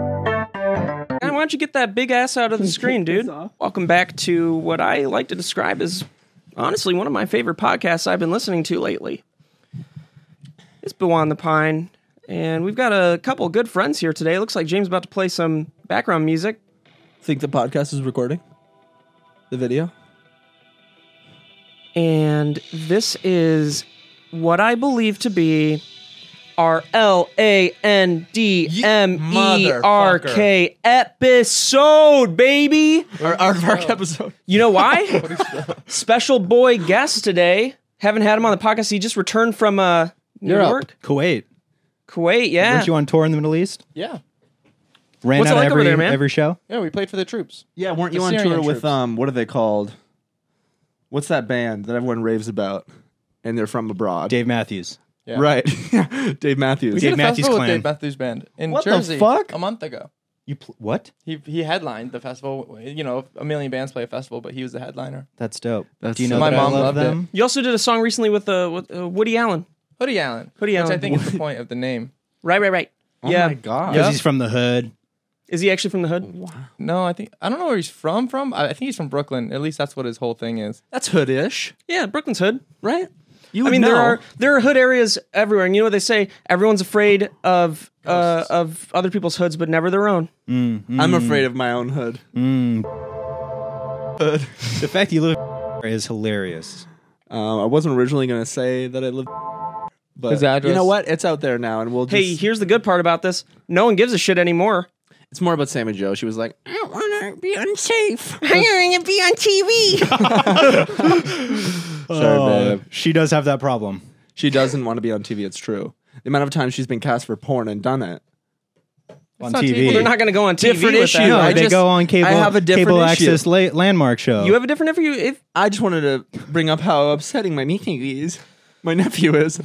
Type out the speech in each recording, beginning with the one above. Why don't you get that big ass out of the screen, dude? Welcome back to what I like to describe as honestly one of my favorite podcasts I've been listening to lately. It's Bewan the Pine, and we've got a couple good friends here today. Looks like James about to play some background music. Think the podcast is recording? The video? and this is what I believe to be our L A N D M E R K episode, baby. Our, our Vark episode. You know why? Special boy guest today. Haven't had him on the podcast. He just returned from uh, New Europe. York, Kuwait. Kuwait. Yeah, Weren't you on tour in the Middle East? Yeah. Ran What's it out like of over every there, man? every show. Yeah, we played for the troops. Yeah, weren't The you on Syrian tour with troops. um? What are they called? What's that band that everyone raves about, and they're from abroad? Dave Matthews. Yeah. Right, Dave Matthews. We did a Matthews festival with Clan. Dave Matthews Band in What the Jersey fuck? a month ago. You pl- what? He he headlined the festival. You know, a million bands play a festival, but he was the headliner. That's dope. That's Do you know My that mom I love loved it. them? you also did a song recently with, uh, with uh, Woody Allen. Hoodie Allen. Hoodie Which Allen. I think is the point of the name. Right, right, right. oh yeah, my god. Because Yeah. he's from the hood. is he actually from the hood? No, I think I don't know where he's from. From I I think he's from Brooklyn. At least that's what his whole thing is. That's hoodish, Yeah, Brooklyn's hood. right? You I would mean, there know. are there are hood areas everywhere, and you know what they say: everyone's afraid of uh, of other people's hoods, but never their own. I'm afraid of my own hood. The fact you live is hilarious. Um, I wasn't originally going to say that I lived, but His address. you know what? It's out there now, and we'll just. Hey, here's the good part about this: no one gives a shit anymore. it's more about Sam and Joe. She was like, "I don't want to be unsafe." Sorry, babe. Oh, She does have that problem. "Oh." She doesn't want to be on TV. It's true. The amount of times she's been cast for porn and done it. On not TV. TV. They're not going to go on TV. Different with issue. that. no, I they just- go on cable, I have a different cable issue. access la- landmark show. You have a different if you if I just wanted to bring up how upsetting my meeting is. My nephew is.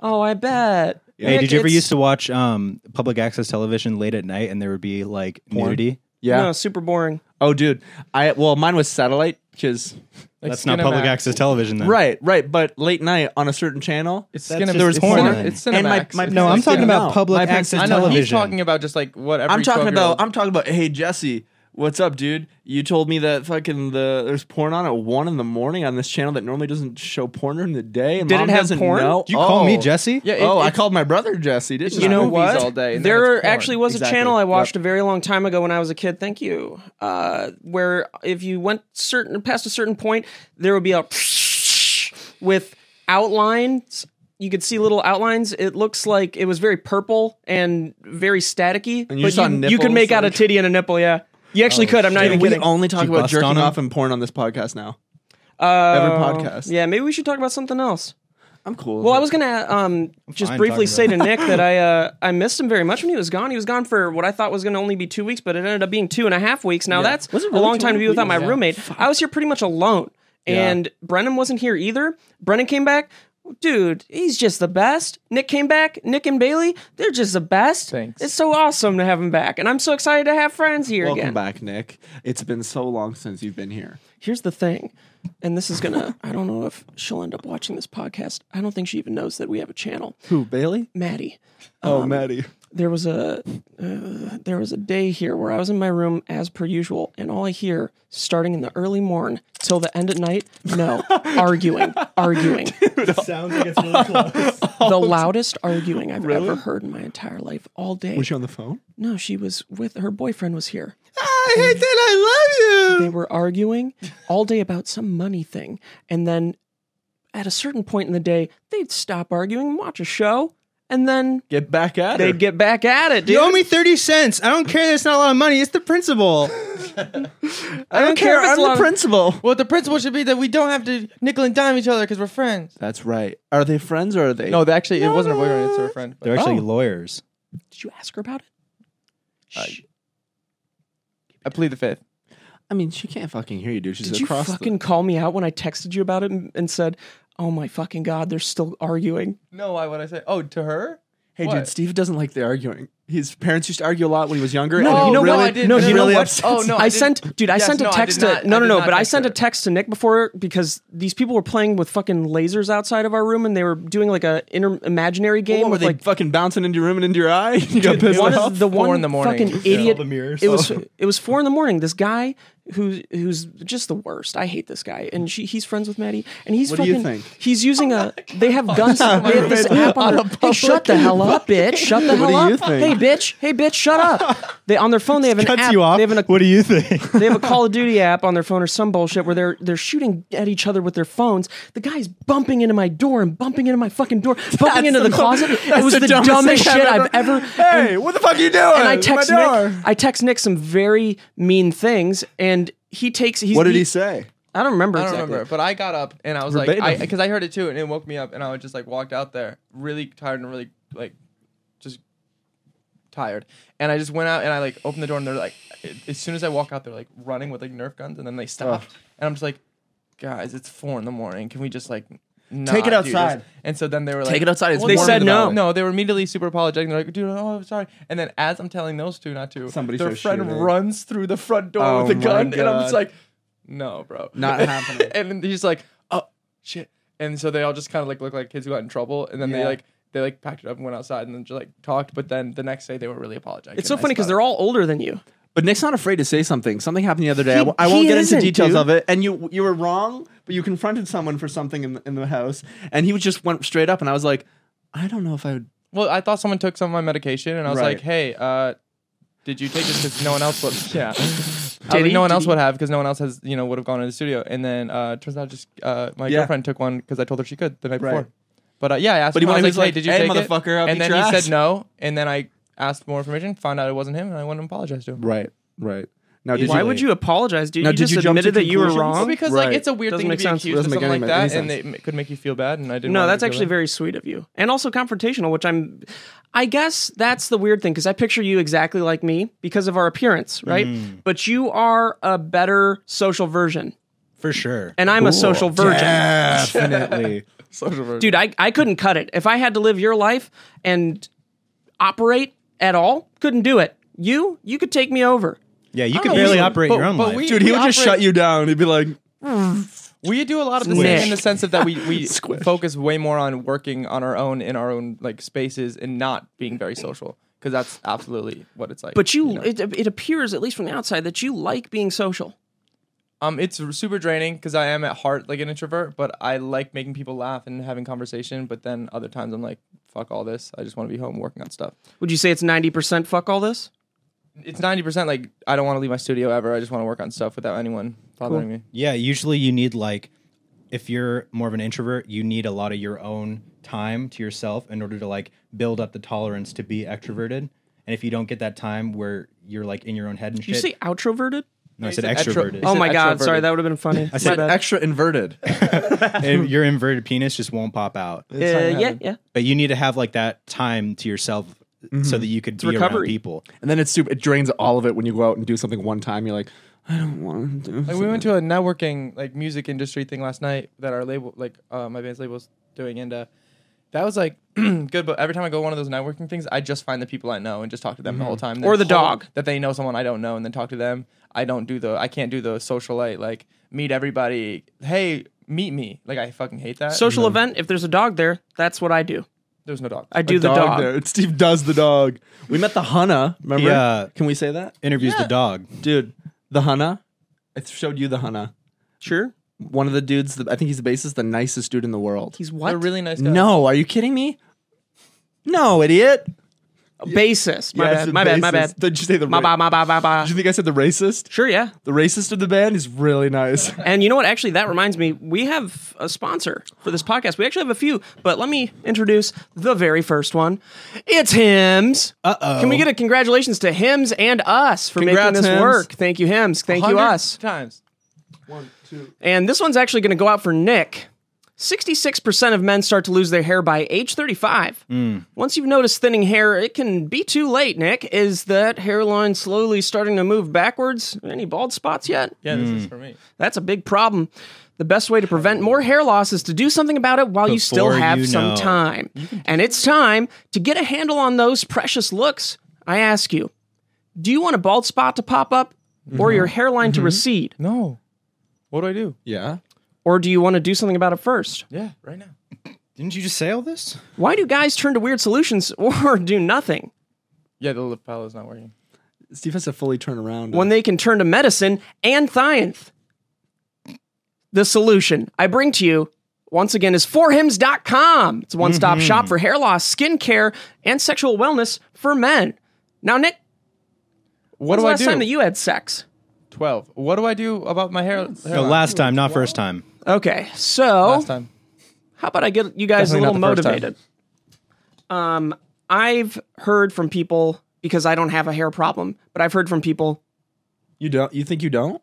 oh I bet. hey, Nick, did you ever it's- used to watch um, public access television late at night and there would be like nudity? Yeah. No, super boring. Oh, dude. I well, mine was satellite because Like That's not Skinemax. public access television then. right, right. But late night on a certain channel. It's That's Skinemax. just- There was it's porn. porn. It's Cinemax. And my- my- It's No, like I'm talking Cinemax. about No. public My parents- access I I know he's television. talking about just like what every I'm talking 12-year-old about. I'm talking about. Hey, Jesse, what's up, dude? You told me that fucking the there's porn on at one in the morning on this channel that normally doesn't show porn during the day. And Did it mom have doesn't porn? know. Did you call me Oh. Jesse? Yeah, it- oh, I it's- called my brother Jesse. Didn't You I? know Movies what? All day. and now there it's porn. actually was Exactly. a channel I Yep. watched a very long time ago when I was a kid. Thank you. Uh, where if you went certain past a certain point, there would be a with outlines. You could see little outlines. It looks like it was very purple and very staticky. And you but saw you, you could nipples make out a and- titty and a nipple. Yeah, you actually could. I'm not even it's- we kidding. only talk you about bust jerking on him? off and porn on Uh, this podcast now. every podcast. Um, Yeah, maybe we should talk about something else. I'm cool. Well, I was gonna um, just fine briefly talking say to Nick that I uh, I missed him very much when he was gone. He was gone for what I thought was gonna only be two weeks, but it ended up being two and a half weeks. Now that's Was it a really long two time to be weeks? without my Yeah. roommate. I was here pretty much alone, and Brennan wasn't here either. Brennan came back. Dude, he's just the best. Nick came back. Nick and Bailey, they're just the best. Thanks. It's so awesome to have him back, and I'm so excited to have friends here Welcome again. back, Nick. It's been so long since you've been here. Here's the thing, and this is gonna. I don't know if she'll end up watching this podcast. I don't think she even knows that we have a channel. Who, Bailey? Maddie. Oh, Um, Maddie. there was a uh, there was a day here where I was in my room as per usual, and all I hear starting in the early morn till the end at night, no arguing, arguing, Sounds like it's really close. the loudest arguing I've ever heard in my entire life, all day. Was she on the phone? no, she was with her boyfriend was here. I hate that I love you. They were arguing all day about some money thing, and then at a certain point in the day, they'd stop arguing, and watch a show, and then Get back at they'd get back at it. Dude. You owe me 30 cents. I don't care that it's not a lot of money. It's the principal. I don't care. if it's I'm long- the principal. Well, the principle should be that we don't have to nickel and dime each other because we're friends. That's right. Are they friends or are they? No, they actually, it wasn't a boyfriend; it's her friend. They're actually Oh. lawyers. Did you ask her about it? Shh. I plead the fifth. I mean, she can't fucking hear you, dude. She's Did you across. the- fucking call me out when I texted you about it and, and said, "Oh my fucking god, they're still arguing"? No, why would I say? Oh, to her? Hey, What? dude. Steve doesn't like the arguing. His parents used to argue a lot when he was younger. and No, it you know really, what? I did- No, no, he you know really what? upsets Oh, no. I, didn't- sent, dude. I Yes, sent a no, I did text not- to no, I no, did no. not But I text sent a her. text to Nick before because these people were playing with fucking lasers outside of our room, and they were doing like a inter- imaginary game What, were with they like fucking bouncing into your room and into your eye? you got pissed one off? is the Four one in the morning. fucking Yeah, all idiot. the mirrors. It was it was four in the morning. This guy who who's just the worst. I hate this guy, and she he's friends with Maddie, and he's What do fucking. you think? He's using a. They have guns. Oh they have this app on. Their, hey, shut the hell up, bitch! Shut the hell do up! you think? Hey, bitch! Hey, bitch! Shut up! They on their phone. They have an Cuts app. you off. They have an what do you think? they have a Call of Duty app on their phone or some bullshit where they're they're shooting at each other with their phones. The guy's bumping into my door and bumping into my fucking door, bumping into the, closet. It was the, dumbest, shit I've ever. Hey, what the fuck are you doing? Oh and I text My door. Nick. I text Nick some very mean things, and he takes. He's, What did he say? I don't remember. I don't exactly. remember, but I got up and I was like, Verbatim. because I, heard it too, and it woke me up, and I was just like walked out there, really tired and really like, just tired, and I just went out and I like opened the door and they're like, as soon as I walk out, they're like running with like Nerf guns, and then they stop, and I'm just like, guys, it's four in the morning, can we just like. not Take it do this?" outside. And so then they were like, Take it outside, it's They warm said in the no. back. No, they were immediately super apologetic. They're like, dude, oh, I'm sorry. And then as I'm telling those two not to, Somebody their starts friend shooting. runs through the front door Oh with a my gun, and I'm God. just like, no, bro. Not happening. and then he's like, oh, shit. And so they all just kind of like look like kids who got in trouble. And then they Yeah. like, they like packed it up and went outside and then just like talked. But then the next day they were really apologetic. It's so funny because they're all older than you. But Nick's not afraid to say something. Something happened the other day. I He- w- I won't he get into isn't, details dude. of it. And you you were wrong, but you confronted someone for something in the, in the house, and he was just went straight up. And I was like, I don't know if I would. Well, I thought someone took some of my medication and I was Right. like, hey, uh, did you take this because no one else would? Yeah. I Did was like, he? no one Did else he? would have because no one else has, you know, would have gone to the studio. And then uh, turns out just uh, my Yeah. girlfriend took one because I told her she could the night Right. before. But uh, yeah, I asked But he him. I wanted- he's was like, hey, like, did you "Hey, take motherfucker, it? I'll and beat then your he ass. said no. And then I asked for more information, found out it wasn't him, and I went and apologized to him. Right, right. Now, did Why would you apologize, dude? Now, you did just you jump to admitted that you were conclusions? wrong. Well, because Right. like it's a weird Doesn't thing to make be sense. accused of Doesn't make something like any- that, any and sense. it m- could make you feel bad. And I didn't. No, wanna that's do actually that. very sweet of you, and also confrontational, which I'm. I guess that's the weird thing because I picture you exactly like me because of our appearance, right? Mm. But you are a better social version, For sure. and I'm a social virgin. Definitely. Dude, I, I couldn't cut it. If I had to live your life and operate at all, couldn't do it. You, you could take me over. Yeah, you Oh, know, can barely we- operate but- your own but life. we- Dude, he would just operate- shut you down. He'd be like, We do a lot of the Squish. same in the sense of that we we focus way more on working on our own in our own like spaces and not being very social because that's absolutely what it's like. But you, know? it, it appears, at least from the outside, that you like being social. um, it's super draining because I am at heart like an introvert, but I like making people laugh and having conversation. But then other times I'm like, fuck all this. I just want to be home working on stuff. Would you say it's 90% fuck all this? It's ninety percent like I don't want to leave my studio ever. I just want to work on stuff without anyone bothering me. Yeah, usually you need like if you're more of an introvert, you need a lot of your own time to yourself in order to like build up the tolerance to be extroverted. And if you don't get that time where you're like in your own head and You shit, say outroverted? no, I said said extro- extroverted. Oh said my God, sorry, extroverted. that would have been funny. I "But extra inverted. And your inverted penis just won't pop out. yeah, yeah. But you need to have like that time to yourself so that you could be Mm-hmm. recovery. around people. And then it's super. It drains all of it when you go out and do something one time. You're like, I don't want to do. Like we went to a networking like music industry thing last night that our label like uh, my band's label's doing and uh that was like good but every time I go to one of those networking things I just find the people I know and just talk to them the whole time Mm-hmm. Or Then the hope dog. that they know someone I don't know and then talk to them I don't do the I can't do the socialite like meet everybody hey meet me like I fucking hate that Social event, if there's a dog there, that's what I do. there's no dog I do the dog, dog. there. Steve does the dog. We met the Hunna. Remember? Yeah. Can we say that, Interviews the dog. dude? The Hunna. I showed you the Hunna. Sure. One of the dudes. The, I think he's the bassist. The nicest dude in the world. He's they're what? really nice guys. no. Are you kidding me? No, idiot. A bassist. My Yes, bad, the my bad, my bassist. bad. Did you say the? My ra- bad, my bad, my Did bad. you think I said the racist? Sure, yeah. The racist of the band is really nice. And you know what? Actually, that reminds me, we have a sponsor for this podcast. We actually have a few, but let me introduce the very first one. It's Hims. Uh oh. Can we get a congratulations to Hims and us for making Congrats, this Hims. work? Thank you, Hims. Thank you, 100 us. times And this one's actually going to go out for Nick. 66% of men start to lose their hair by age 35. Hmm. Once you've noticed thinning hair, it can be too late, Nick. Is that hairline slowly starting to move backwards? Any bald spots yet? yeah this Mm. is for me That's a big problem. The best way to prevent more hair loss is to do something about it while you still Before have you some know. time. And it's time to get a handle on those precious looks. I ask you, do you want a bald spot to pop up or your hairline Mm-hmm. to recede? No. What do I do? Yeah. Or do you want to do something about it first? Yeah, right now. Didn't you just say all this? Why do guys turn to weird solutions or do nothing Yeah, the lip palette is not working. Steve has to fully turn around. when they can turn to medicine and science? The solution I bring to you once again is forhims.com. It's a one Mm-hmm. stop shop for hair loss, skin care, and sexual wellness for men. Now, Nick, What when's do the I last do? time that you had sex? Twelve. What do I do about my hair? No, hairline? last time, not first time. Okay, so Last time. how about I get you guys Definitely a little not the first time. motivated? Um, I've heard from people because I don't have a hair problem, but I've heard from people. you don't, you think you don't?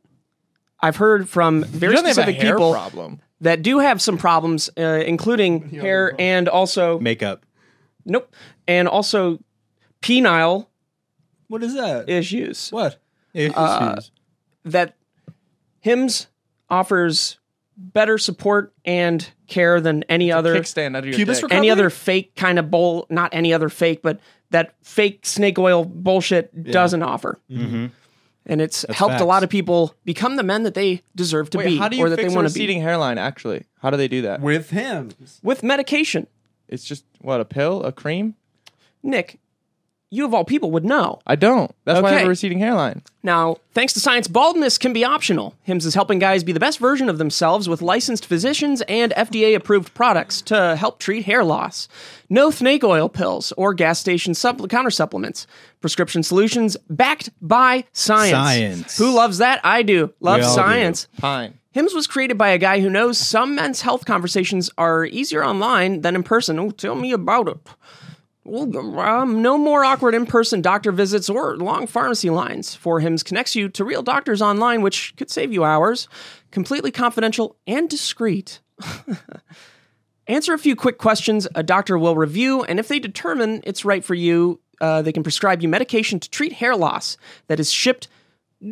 I've heard from very You don't have a specific hair people problem. that do have some problems, uh, including hair and also Makeup. nope, and also penile What is that? issues. what? Uh, That Hims offers better support and care than any other Kickstand under your Pubis dick. recovery? any other fake kind of bull not any other fake but that fake snake oil bullshit doesn't offer and it's helped facts. a lot of people become the men that they deserve to Wait, be how do you or that fix they a want to be receding hairline? Actually, how do they do that? With him. with medication It's just what a pill, a cream. nick you of all people would know I don't. That's why I have Okay. a receding hairline. Now, thanks to science, baldness can be optional. Hims is helping guys be the best version of themselves with licensed physicians and FDA approved products to help treat hair loss. No snake oil pills or gas station supp- counter supplements. Prescription solutions backed by science. Science. Who loves that? I do. Love We all do. science. Pine. Hims was created by a guy who knows some men's health conversations are easier online than in person. Oh, tell me about it. Well, um, no more awkward in-person doctor visits or long pharmacy lines. For Hims connects you to real doctors online, which could save you hours. Completely confidential and discreet. Answer a few quick questions. A doctor will review, and if they determine it's right for you, uh, they can prescribe you medication to treat hair loss that is shipped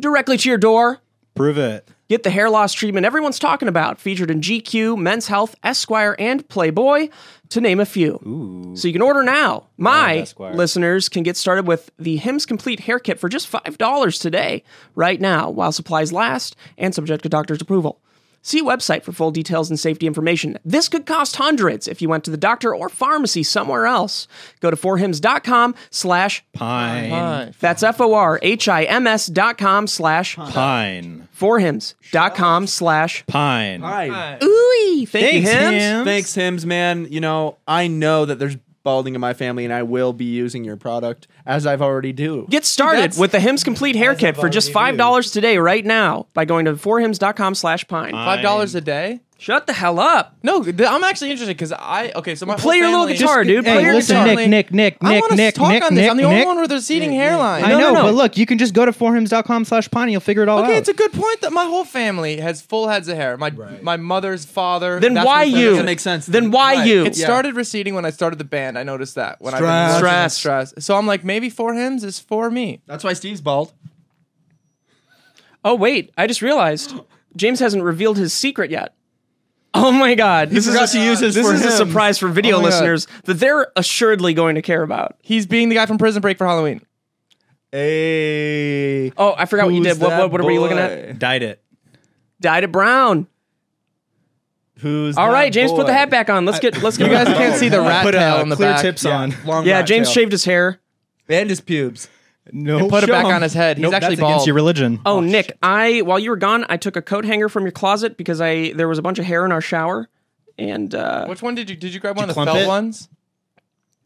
directly to your door. Prove it. Get the hair loss treatment everyone's talking about, featured in GQ, Men's Health, Esquire, and Playboy, to name a few. So you can order now. My Esquire. listeners can get started with the Hims Complete Hair Kit for just $5 today, right now, while supplies last and subject to doctor's approval. See website for full details and safety information. This could cost hundreds if you went to the doctor or pharmacy somewhere else. Go to forhims.com slash, Pine. Pine. that's F-O-R-H-I-M-S dot com slash, Pine. forhims.com slash, Pine. Hi. Ooh, thank Thanks, you, Hims. Hims. Thanks, Hims, man. You know, I know that there's balding in my family, and I will be using your product as I've already do. Get started That's- with the Hims Complete Hair Kit for just five dollars today, right now, by going to forhims.com slash pine. Five dollars a day. Shut the hell up. No, th- I'm actually interested because I okay. So my Play your whole little family- guitar, Just- dude. Play Hey, your listen, guitar. Nick, Nick, I want to talk on this. I'm the only one with a receding hairline. I No, no, know, no. but look, you can just go to forhims.com slash pine. You'll figure it all Okay, out. it's a good point that my whole family has full heads of hair. My my mother's father. Then that's why what- you? doesn't make sense. Then why Right. you? It Yeah. started receding when I started the band. I noticed that when Stress. I Stress. stress. So I'm like, maybe four hymns is for me. That's why Steve's bald. oh wait, I just realized James hasn't revealed his secret yet. Oh my God! This forgot is to a, use this this for is a Hims. surprise for video Oh my God. listeners that they're assuredly going to care about. He's being the guy from Prison Break for Halloween. Hey. Oh, I forgot what you Who's did. What, that what, what were you looking at? boy? Dyed it. Dyed it brown. Who's All that right, James, put the boy? hat back on. Let's get let's get You guys can't see the rat Oh. Put tail uh, in the clear back. tips Yeah, on. long Yeah, rat James tail. shaved his hair. and his pubes. No, put it show back him. on his head. He's Nope, actually that's against bald. your religion. Oh, Nick, I while you were gone, I took a coat hanger from your closet because I there was a bunch of hair in our shower, and uh, Which one did you did you grab one of the clump felt it? ones?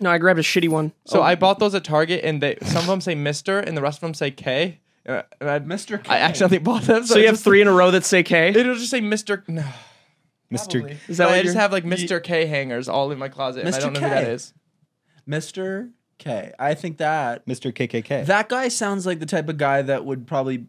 no, I grabbed a shitty one. So I bought those at Target, and they some of them say Mister, and the rest of them say K. And I, and I- Mr. K. I accidentally bought them. So, So you it have just- three in a row that say K. It'll just say Mister. No, Mr. Is that I what just you're- have like Mister K hangers all in my closet, and I Mr. don't know who K. that is. Mr. K. I think that Mr. KKK. that guy sounds like the type of guy that would probably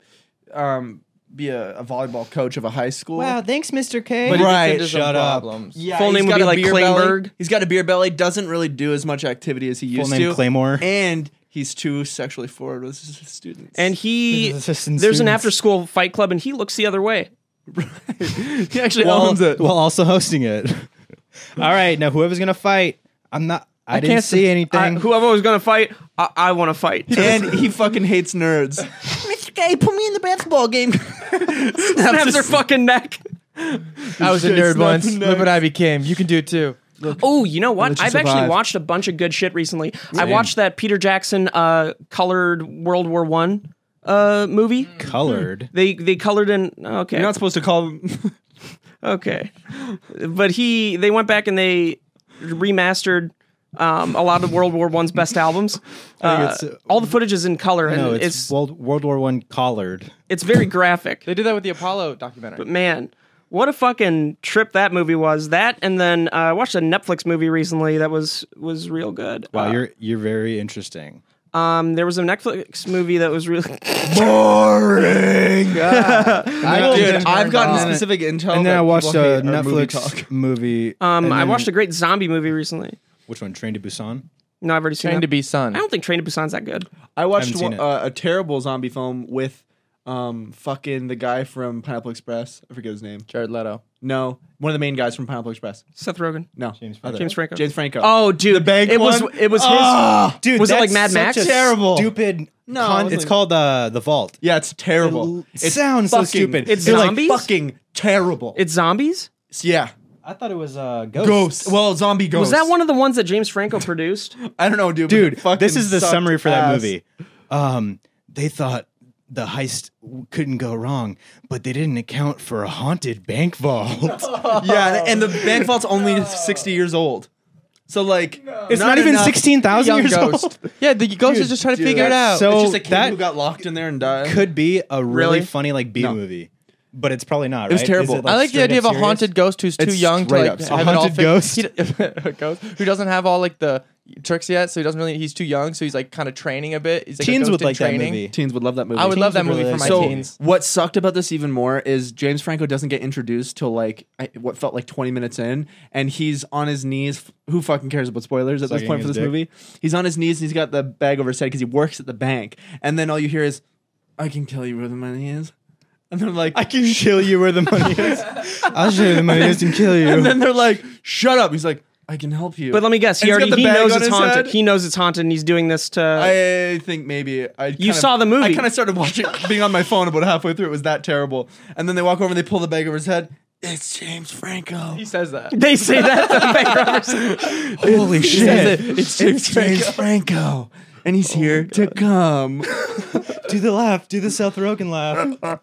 um, be a, a volleyball coach of a high school. thanks, Mr. K. But he gets Right, into some shut up. problems. Yeah, Full he's name would got be a like beer Klingberg. belly. He's got a beer belly. Doesn't really do as much activity as he used name to. Claymore. And he's too sexually forward with his students. And he This is insane. there's an after school fight club, and he looks the other way. he actually while, owns it. while also hosting it. All right, now whoever's gonna fight, I'm not. I, didn't see anything. I, whoever was gonna fight, I, I want to fight. and he fucking hates nerds. Mr. Gay, put me in the basketball game. Snaps her fucking neck. I was a Shit's nerd not once. nice. Look what I became. You can do it too. Oh, you know what? Let you I've actually survive. watched a bunch of good shit recently. I watched that Peter Jackson uh, colored World War One uh, movie. Mm. Colored. They they colored in okay You're not supposed to call him. okay, but he they went back and they remastered. Um, a lot of World War One's best albums. Uh, it's, uh, all the footage is in color, and No, it's it's, it's, World, World War One collared. very graphic. They did that with the Apollo documentary. But man, what a fucking trip that movie was. That and then uh, I watched a Netflix movie recently that was was real good. Wow, Uh, you're you're very interesting. um, there was a Netflix movie that was really. Boring. Ah. don't Dude, get I've turned gotten on. specific intel. And then that I watched people a hate our movie talk. Netflix movie. Um, and I then- watched a great zombie movie recently. which one? Train to Busan. No, I've already seen Train that. to be son. I don't think Train to Busan's that good. I watched Haven't one, seen uh, a terrible zombie film with um fucking the guy from Pineapple Express. I forget his name. Jared Leto. No, one of the main guys from Pineapple Express. Seth Rogen. No, James Franco. other. James Franco. James Franco. Oh, dude, the bank. It was one? it was his. Ah! Dude, Was it that's like Mad such Max? a Terrible. Stupid. No, con- it was it's like- called uh, the Vault. Yeah, it's terrible. It sounds so stupid. It's They're zombies? like fucking terrible. It's zombies. yeah, I thought it was uh, Ghost. ghosts. Well, zombie Was ghosts. that one of the ones that James Franco produced? I don't know, dude. but it dude fucking this is the sucked summary for that ass. movie um they thought the heist w- couldn't go wrong but they didn't account for a haunted bank vault Yeah, and the bank vault's only sixty years old. So like, it's not, even enough- 16000 Young years ghost. old Yeah, the ghost is just trying to dude, figure it out. so- it's just a kid that- who got locked in there and died. could be a really, Really? funny like b movie but it's probably not It was right? Is terrible. it, like, I like the straight idea up of a serious? haunted ghost who's too It's young to straight like up serious. have A it all haunted fig- ghost? He d- a ghost who doesn't have all like the tricks yet, so he doesn't really. He's too young, so he's like kind of training a bit. He's like a teens ghost would in like training. that movie Teens would love that movie. I would Teens love that would movie really for my like so that. teens. what sucked about this even more is James Franco doesn't get introduced till like I- what felt like 20 minutes in, and he's on his knees. F- Who fucking cares about spoilers at this Sucking point for his this dick. movie? He's on his knees and he's got the bag over his head because he works at the bank, and then all you hear is, "I can kill you where the money is," and they're like, i can kill you where the money is i'll show you the money is and kill you and then they're like, "Shut up!" He's like, "I can help you." But let me guess. He And he's already got the he bag knows on it's his haunted. head. He knows it's haunted, and he's doing this to. I think maybe I. You kinda- saw the movie. I kind of started watching, being on my phone about halfway through. It was that terrible. And then they walk over and they pull the bag over his head. It's James Franco. he says that. they say that. to the bank robbers. Holy shit! it. It's James Franco, Oh and he's here to come. do the laugh do the seth rogen laugh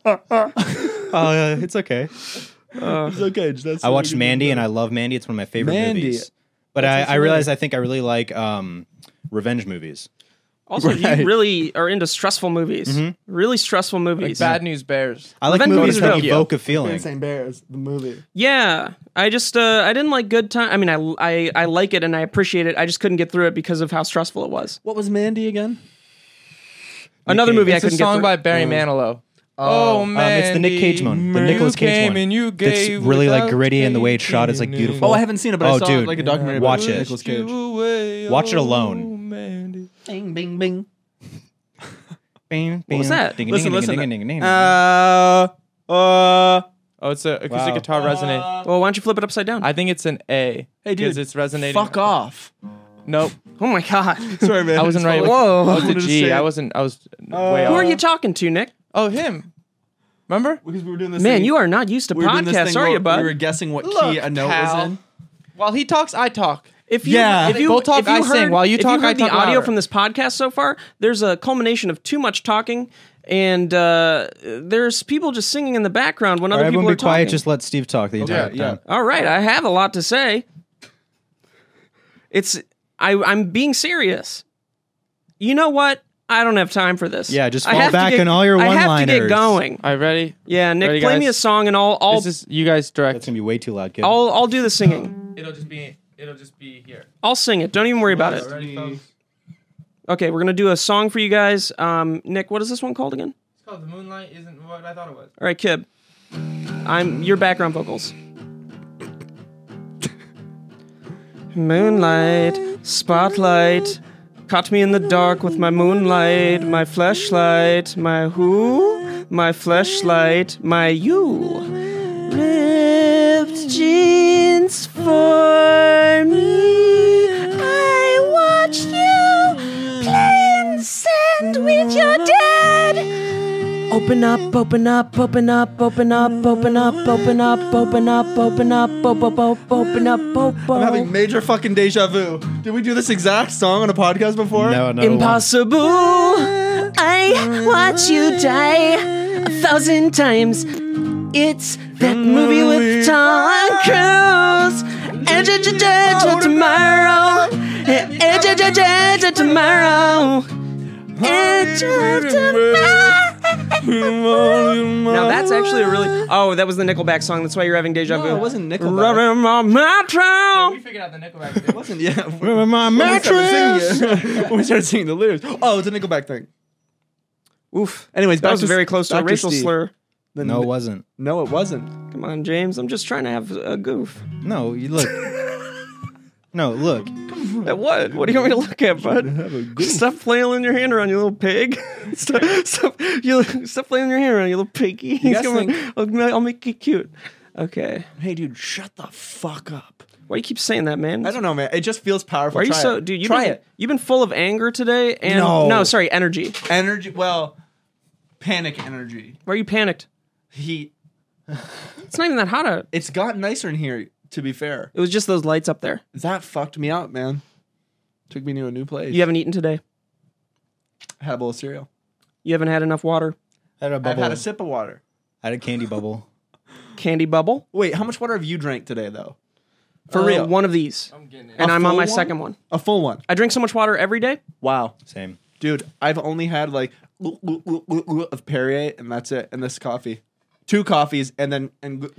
uh, it's okay It's okay. just- That's I watched really good. Mandy and I love Mandy. It's one of my favorite Mandy. movies. But I, I realized I think I really like um, revenge movies. Also, Right. Mm-hmm. you really are into stressful movies. Really stressful movies. Bad news bears. I like Revenge movies movies that are- evoke a feeling. St. Bears, the movie. Yeah, I just uh, I didn't like Good Time. I mean, I, I I like it and I appreciate it. I just couldn't get through it because of how stressful it was. What was Mandy again? Another movie I It's a couldn't song get by Barry Manilow. Oh, Um, it's the Nick Cage one, the Nicolas Cage one. That's really like gritty and the way it's shot is like beautiful. Oh, I haven't seen it, but I Oh, saw dude, like a documentary. watch about it. Nicolas Cage. Watch it alone. Bing, bing, bing. What was that? Listen, listen. Uh, uh. Oh, it's a acoustic Wow. guitar resonant. Well, why don't you flip it upside down? I think it's an A. Hey, dude, Because it's resonating. Fuck off. Nope. oh my god, Sorry, man. I wasn't right. with- I was a G. I wasn't. I was way who off. are uh, you talking to, Nick? Oh, him. Remember? Because we were doing this. Man, thing- you are not used to we were doing this podcasts, thing are where you, bud? We were guessing what key Look, a note pal. was in. While he talks, I talk. If you, Yeah. if you Both talk, if you I heard, sing. While you if talk, heard I the talk audio louder. from this podcast so far, there's a culmination of too much talking, and uh, there's people just singing in the background when other people everyone are be quiet. talking. Just let Steve talk the entire yeah. time. All right, I have a lot to say. It's I I'm being serious. You know what? I don't have time for this. Yeah, just I fall have to back get- on all your I have to get one-liners. going. All right, ready? Yeah, Nick, Ready, play me a guys? song and I'll I'll, This is you guys direct. That's gonna be way too loud, kid. I'll I'll do the singing. It'll just be. It'll just be here. I'll sing it. Don't even worry about it. Ready, folks? Okay, we're gonna do a song for you guys. Um, Nick, what is this one called again? It's called "The Moonlight Isn't What I Thought It Was." All right, Kib. I'm your background vocals. moonlight, spotlight, caught me in the dark with my moonlight, my flashlight, my who, my flashlight, my you. Ripped jeans for me. I Open up, open up, open up, open up, open up, open up, open up, open up, op- op- op- open up, op- I'm having op- major fucking deja vu. Did we do this exact song on a podcast before? No, no. Impossible. I watch you die a thousand times. It's that movie with Tom Cruise. Edge of tomorrow. Edge of tomorrow. Edge of tomorrow. Now that's actually a really. Oh, that was the Nickelback song. That's why you're having deja vu. No, it wasn't Nickelback. Running on my We trail. figured out the Nickelback thing. Wasn't yeah. Remember my We started, mattress. singing it. we started singing the lyrics. Oh, it's a Nickelback thing. Oof. Anyways, That back was to- very close to a back racial Steve. slur. The- No, it wasn't. no, it wasn't. Come on, James. I'm just trying to have a goof. No, you look. no, look. At what? What do you want me to look at, bud? Stop flailing your hand around, you little pig. stop, stop, you, stop flailing your hand around, you little piggy. guys Come on. I'll, ma- I'll make you cute. Okay. Hey, dude, shut the fuck up. Why do you keep saying that, man? I don't know, man. It just feels powerful. Why are you Try so, it. dude? You've Try been, it. You've been full of anger today, and No. sorry, energy. Energy. Well, panic energy. Why are you panicked? Heat. It's not even that hot out. It's gotten nicer in here. To be fair, It was just those lights up there. that fucked me up, man. Took me to a new place. You haven't eaten today. Had a bowl of cereal. You haven't had enough water. I had a I've bubble. had a sip of water. I had a candy bubble. Candy bubble Wait, how much water have you drank today, though? For Uh, real, One of these, I'm getting it. and A I'm on full my one? second one. a full one. I drink so much water every day. Wow, Same. dude, I've only had like of Perrier, and that's it, and this coffee, two coffees, and then and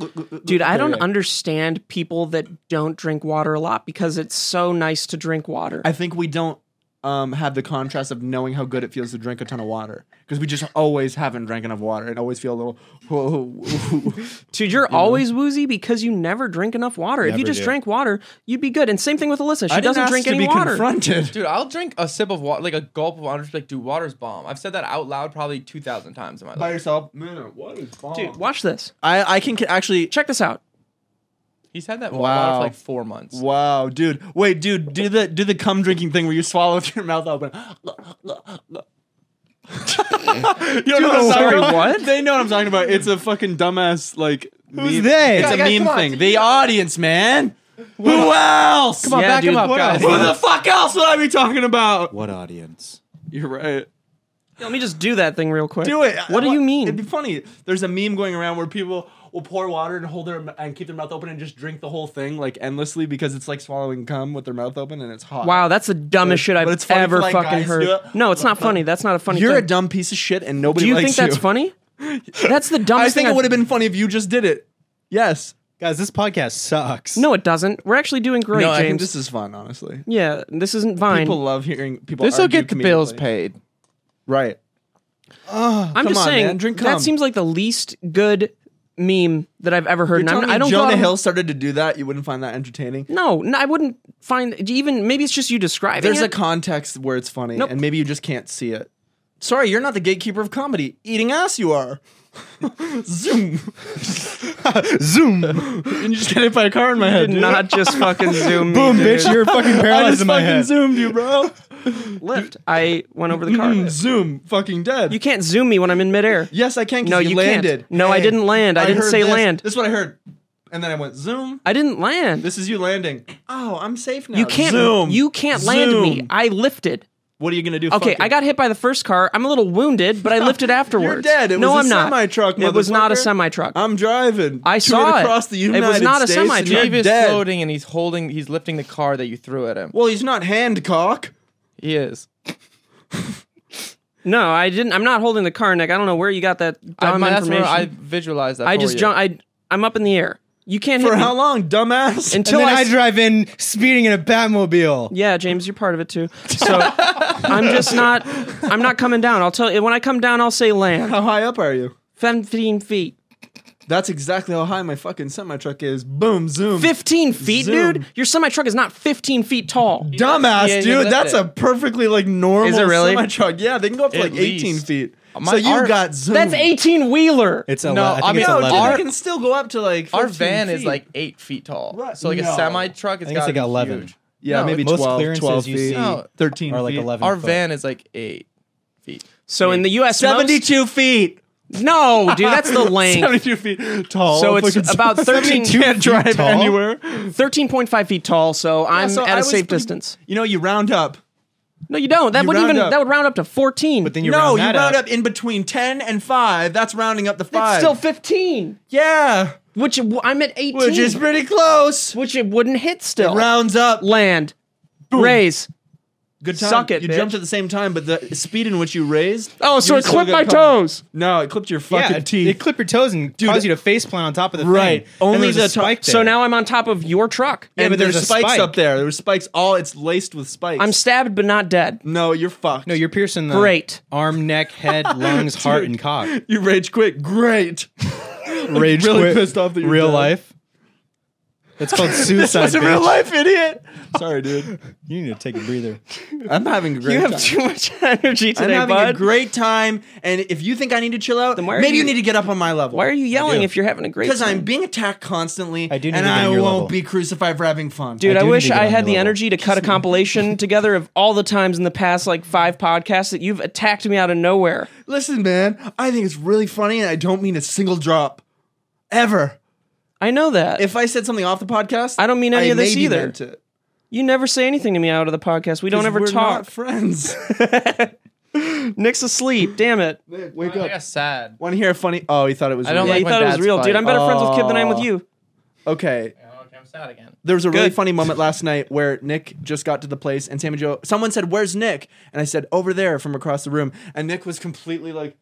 Dude, I don't Perrier. understand people that don't drink water a lot because it's so nice to drink water. I think we don't um, have the contrast of knowing how good it feels to drink a ton of water because we just always haven't drank enough water and always feel a little. Dude, Mm-hmm. you're always woozy because you never drink enough water. if you Never just do. drank water, you'd be good. And same thing with Alyssa. She I didn't doesn't ask drink to any be water. Confronted. Dude, I'll drink a sip of water, like a gulp of water. Just be like, dude, water's bomb. I've said that out loud probably two thousand times in my By life. yourself, man. What is bomb? Dude, watch this. I I can ca- actually. Check this out. He's had that water Wow. for like four months. Wow, dude. Wait, dude. Do the do the cum drinking thing where you swallow with your mouth open. you don't know what sorry, I'm talking about? what? They know what I'm talking about. It's a fucking dumbass like. Who's meme. they? It's Guys, a guys, come meme on. thing. The audience, man. Who else? Come on, Yeah, back him dude. up, What guys. Who the fuck else would I be talking about? What audience? You're right. Let me just do that thing real quick. Do it. What do you mean? It'd be funny. There's a meme going around where people will pour water and hold their and keep their mouth open and just drink the whole thing like endlessly because it's like swallowing cum with their mouth open and it's hot. wow, that's the dumbest shit I've but it's funny ever for, like, fucking guys to do heard. it. No, it's not funny. That's not a funny You're a thing. dumb piece of shit and nobody do you think likes that's funny? That's the dumbest I think thing it would have been funny if you just did it. Yes. Guys, this podcast sucks. No, it doesn't. We're actually doing great, no, I think James. this is fun, honestly. yeah, this isn't Vine. People love hearing people. This will argue get the bills comedically. paid. Right. I'm Come just on, saying, man. Drink cum. that seems like the least good meme that I've ever heard. You're And I'm- telling me I don't go Jonah out on- Hill started to do that, you wouldn't find that entertaining. No, no, I wouldn't find even. Maybe it's just you describing. There's a it. context where it's funny, and maybe you just can't see it. Sorry, you're not the gatekeeper of comedy. Eating ass, you are. Zoom. Zoom. and you just get hit by a car in my head. did dude. not just fucking zoom. Boom, me, dude. bitch. You're fucking I paralyzed just in my fucking head. zoomed you, bro. Lift. I went over the car. Mm, Zoom. Fucking dead. You can't zoom me when I'm in midair. yes, I can. 'cause No, you can't. landed. No, I didn't land. I didn't heard say this. land. This is what I heard. And then I went zoom. I didn't land. This is you landing. Oh, I'm safe now. you can't. zoom. You can't land me. Zoom. I lifted. What are you gonna do? Okay, Fucking- I got hit by the first car. I'm a little wounded, but I lifted afterwards. dead. It no, was a I'm not. semi-truck, It was not a motherfucker. semi truck. I'm driving. I touring saw it. across the It was United not a States and semi-truck. you're Dave is dead. floating and he's holding, he's lifting the car that you threw at him. Well, he's not handcock. He is. No, I didn't. I'm not holding the car, Nick. I don't know where you got that I, dumb that's where information. I visualized that. I for just you. jump. I I'm up in the air. You can't For hit me. how long, dumbass? until Till I, I. s- drive in speeding in a Batmobile. yeah, James, you're part of it too. So I'm just not. I'm not coming down. I'll tell you when I come down. I'll say land how high up are you? 15 feet. That's exactly how high my fucking semi truck is. Boom, zoom. 15 feet, Zoom. dude. Your semi truck is not 15 feet tall. Dumbass, Yeah, yeah, dude. lift That's it. a perfectly like normal Is it really? semi truck. Yeah, they can go up to At like 18 least. feet. My- so you our- got zoom. That's 18 wheeler. It's a. No, I think I mean, it's no, No, dude, eleven. our, Our- they can still go up to like. Our 15 van is feet. like eight feet tall. Right. So like No. a semi truck is I think it's like eleven. Huge. yeah, no, maybe most 12, clearances 12 you feet, see No. 13 Or like feet. eleven. Our foot. van is like eight feet. so in the U.S. most- feet. No, dude, that's the length. 72 feet tall. So it's Fucking about 13 can't drive tall? anywhere. 13.5 feet tall, so I'm so at I a was safe pretty- distance. You know, you round up. No, you don't. That You wouldn't round even up. that would round up to 14. But then you no, round you that round up. up in between 10 and 5. That's rounding up to 5. that's still 15, yeah, which w- I'm at 18, which is pretty close. which it wouldn't hit still. Rounds up. Land, raise. Good time. Suck it, You bitch. jumped at the same time, but the speed in which you raised. Oh, so you it still clipped got my caught. toes. No, it clipped your Yeah, fucking it- teeth. They clip your toes and cause you to face plant on top of the Right. thing. And Only there's a the top- spike there. So now I'm on top of your truck. Yeah, and but there's, there's a spikes spike. up there. There were spikes. All it's laced with spikes. I'm stabbed but not dead. no, you're fucked. no, you're piercing the Great. arm, neck, head, lungs, heart, and cock. you rage quit. Great. Rage really quit. pissed off that you're real dead. life. That's called suicide. That's a bitch. real life idiot. Sorry, dude. You need to take a breather. I'm having a great You time. have too much energy I'm today, having bud. a great time, and if you think I need to chill out, why are maybe you, you- need to get up on my level. Why are you yelling do. if you're having a great Because time? I'm being attacked constantly, I do need and to get I on your won't level. be crucified for having fun. Dude, I I, do need wish to get I on had your the level. energy to cut a compilation together of all the times in the past, like five podcasts, that you've attacked me out of nowhere. Listen, man, I think it's really funny, and I don't mean a single drop, ever. I know that. If If I said something off the podcast, I don't mean any I of this maybe either. meant it. you never say anything to me out of the podcast, we don't 'Cause ever we're talk. Not friends. Nick's asleep. Damn it! Nick, wake I up. got sad. Want to hear a funny? Oh, he thought it was. I don't real. Yeah, like you my thought it was dad's real, dude. fight. I'm better friends with Kid than I Oh. am with you. okay. Okay, I'm sad again. There was a really Good. funny moment last night where Nick just got to the place and Sam and Joe, someone said, Where's Nick? And I said, Over there from across the room. And Nick was completely like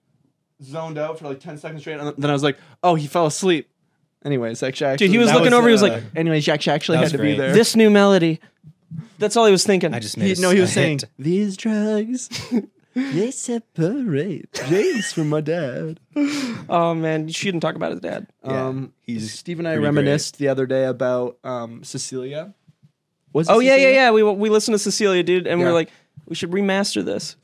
zoned out for like 10 seconds straight. And then I was like, Oh, he fell asleep. Anyways, actually, Dude, he was That looking was, over. he was uh, like, Anyways, Jack actually That had was to be great. there. "This new melody." That's all he was thinking. I just made he, a, no, he was a saying, hit. These drugs, they separate Jace from my dad. oh man, you shouldn't talk about his dad. Yeah, um, he's Steve and I pretty great. reminisced the other day about um, Cecilia. Was it Oh yeah, yeah, Cecilia? yeah. We we listened to Cecilia, dude, and we Yeah. were like, we should remaster this.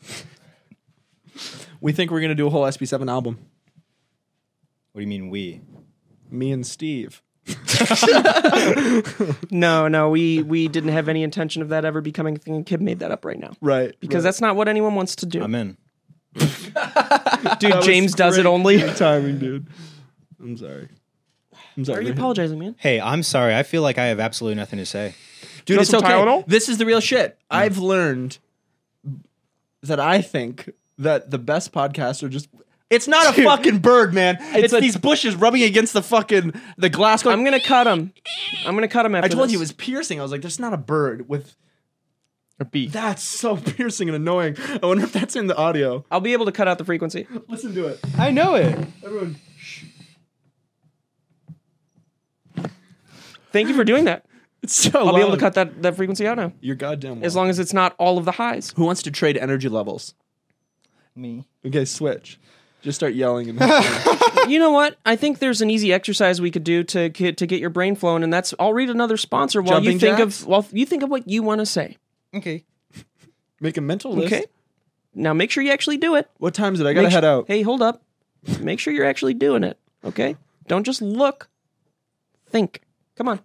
We think we're going to do a whole SB7 album. What do you mean we? Me and Steve. No, no, we we didn't have any intention of that ever becoming a thing. Kid made that up right now Right. because that's not what anyone wants to do. I'm in. dude, was James does it great. only. timing, dude. I'm sorry. I'm Why sorry. Are you apologizing, man? Hey, I'm sorry. I feel like I have absolutely nothing to say. Dude, want it's some okay. Tylenol? This is the real shit. I've learned that I think that the best podcasts are just it's not a fucking bird, man. It's, a- these bushes rubbing against the fucking the glass. Going, I'm gonna cut him. I'm gonna cut him after. I told this. you it was piercing. I was like, "There's not a bird with Or B. that's so piercing and annoying." I wonder if that's in the audio. I'll be able to cut out the frequency. Listen to it, I know it. everyone. Thank you for doing that. It's so. I'll be able to cut that that frequency out now, You're goddamn. as welcome. long as it's not all of the highs. Who wants to trade energy levels? Me. Okay, switch. Just start yelling. And you know what? I think there's an easy exercise we could do to get, to get your brain flowing, and that's I'll read another sponsor while you Jumping think jacks? of while you think of what you want to say. Okay. Make a mental list. Okay. Now make sure you actually do it. What time is it? I gotta Make head su- out. Hey, hold up. Make sure you're actually doing it. Okay. Don't just look. Think. Come on.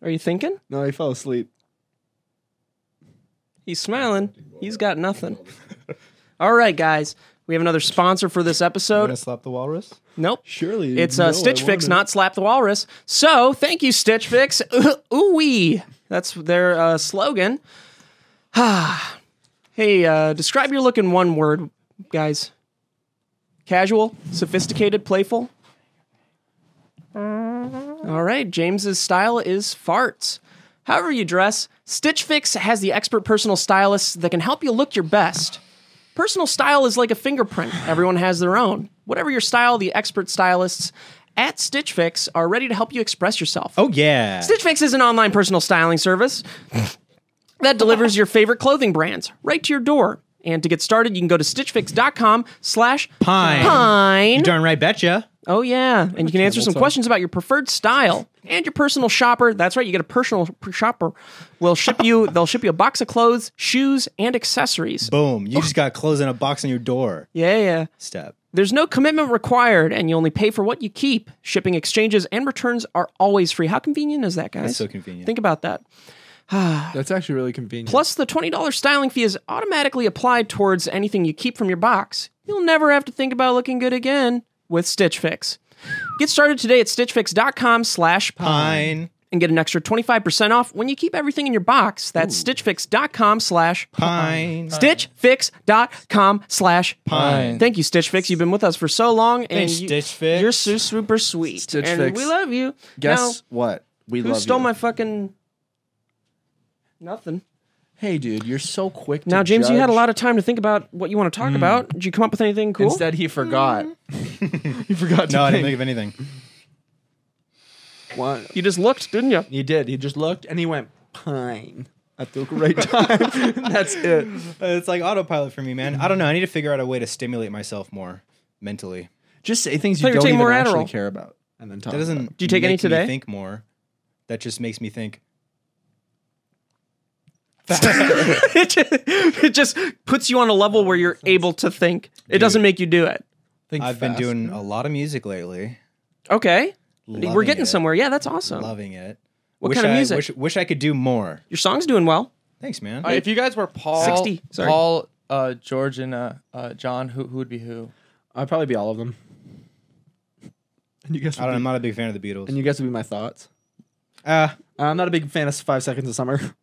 Are you thinking? No, he fell asleep. He's smiling. He's got nothing. All right, guys. We have another sponsor for this Gonna episode. slap the walrus? Nope. Surely. It's uh, Stitch Fix, not Slap the Walrus. So thank you, Stitch Fix. Ooh wee. That's their uh, slogan. hey, uh, describe your look in one word, guys. Casual, sophisticated, playful. All right, James's style is farts. However you dress, Stitch Fix has the expert personal stylists that can help you look your best. Personal style is like a fingerprint. Everyone has their own. Whatever your style, the expert stylists at Stitch Fix are ready to help you express yourself. Oh yeah. Stitch Fix is an online personal styling service that delivers your favorite clothing brands right to your door. And to get started, you can go to stitchfix.com slash Pine. pine. You darn right betcha. Oh yeah, and you can answer some questions about your preferred style and your personal shopper. That's right, you get a personal p- shopper. will ship you. They'll ship you a box of clothes, shoes, and accessories. Boom. You just got clothes in a box on your door. Yeah, yeah. Step. There's no commitment required, and you only pay for what you keep. Shipping, exchanges, and returns are always free. How convenient is that, guys? so convenient. Think about that. That's actually really convenient. Plus, the $20 styling fee is automatically applied towards anything you keep from your box. you'll never have to think about looking good again with Stitch Fix. Get started today at stitchfix.com slash Pine. and get an extra 25% off when you keep everything in your box. That's stitchfix.com slash Pine. stitchfix.com slash Pine. Thank you, Stitch Fix. You've been with us for so long. and Thanks, you- Stitch Fix. You're so super sweet. Stitch and Fix. we love you. Guess what? We now, who love stole you. my fucking... Nothing. Hey, dude, you're so quick. To Now, James, you judge. Hmm. had a lot of time to think about what you want to talk about. Did you come up with anything cool? Instead, he forgot. he forgot. To No, I didn't think think. of anything. One- you just looked, didn't you? He did. He just looked and he went pine. I feel great time. That's it. It's like autopilot for me, man. I don't know. I need to figure out a way to stimulate myself more mentally. Just say things Thought you you were don't taking even more actually Adderall. care about, and then talk. That doesn't. Do you take any make me today? think more. That just makes me think. it, just, it just puts you on a level where you're able to think. It doesn't make you do it. Think I've been fast. doing a lot of music lately. Okay. We're Loving getting it. somewhere. Yeah, that's awesome. Loving it. What Wish kind of I- music? Wish, wish I could do more. Your song's doing well. Thanks, man. Uh, if you guys were Paul, 60, sorry. Paul, uh, George, and uh, uh, John, who who would be who? I'd probably be all of them. And you guys, I would don't. be- I'm not a big fan of the Beatles. and you guys would be my thoughts. uh, I'm not a big fan of Five Seconds of Summer.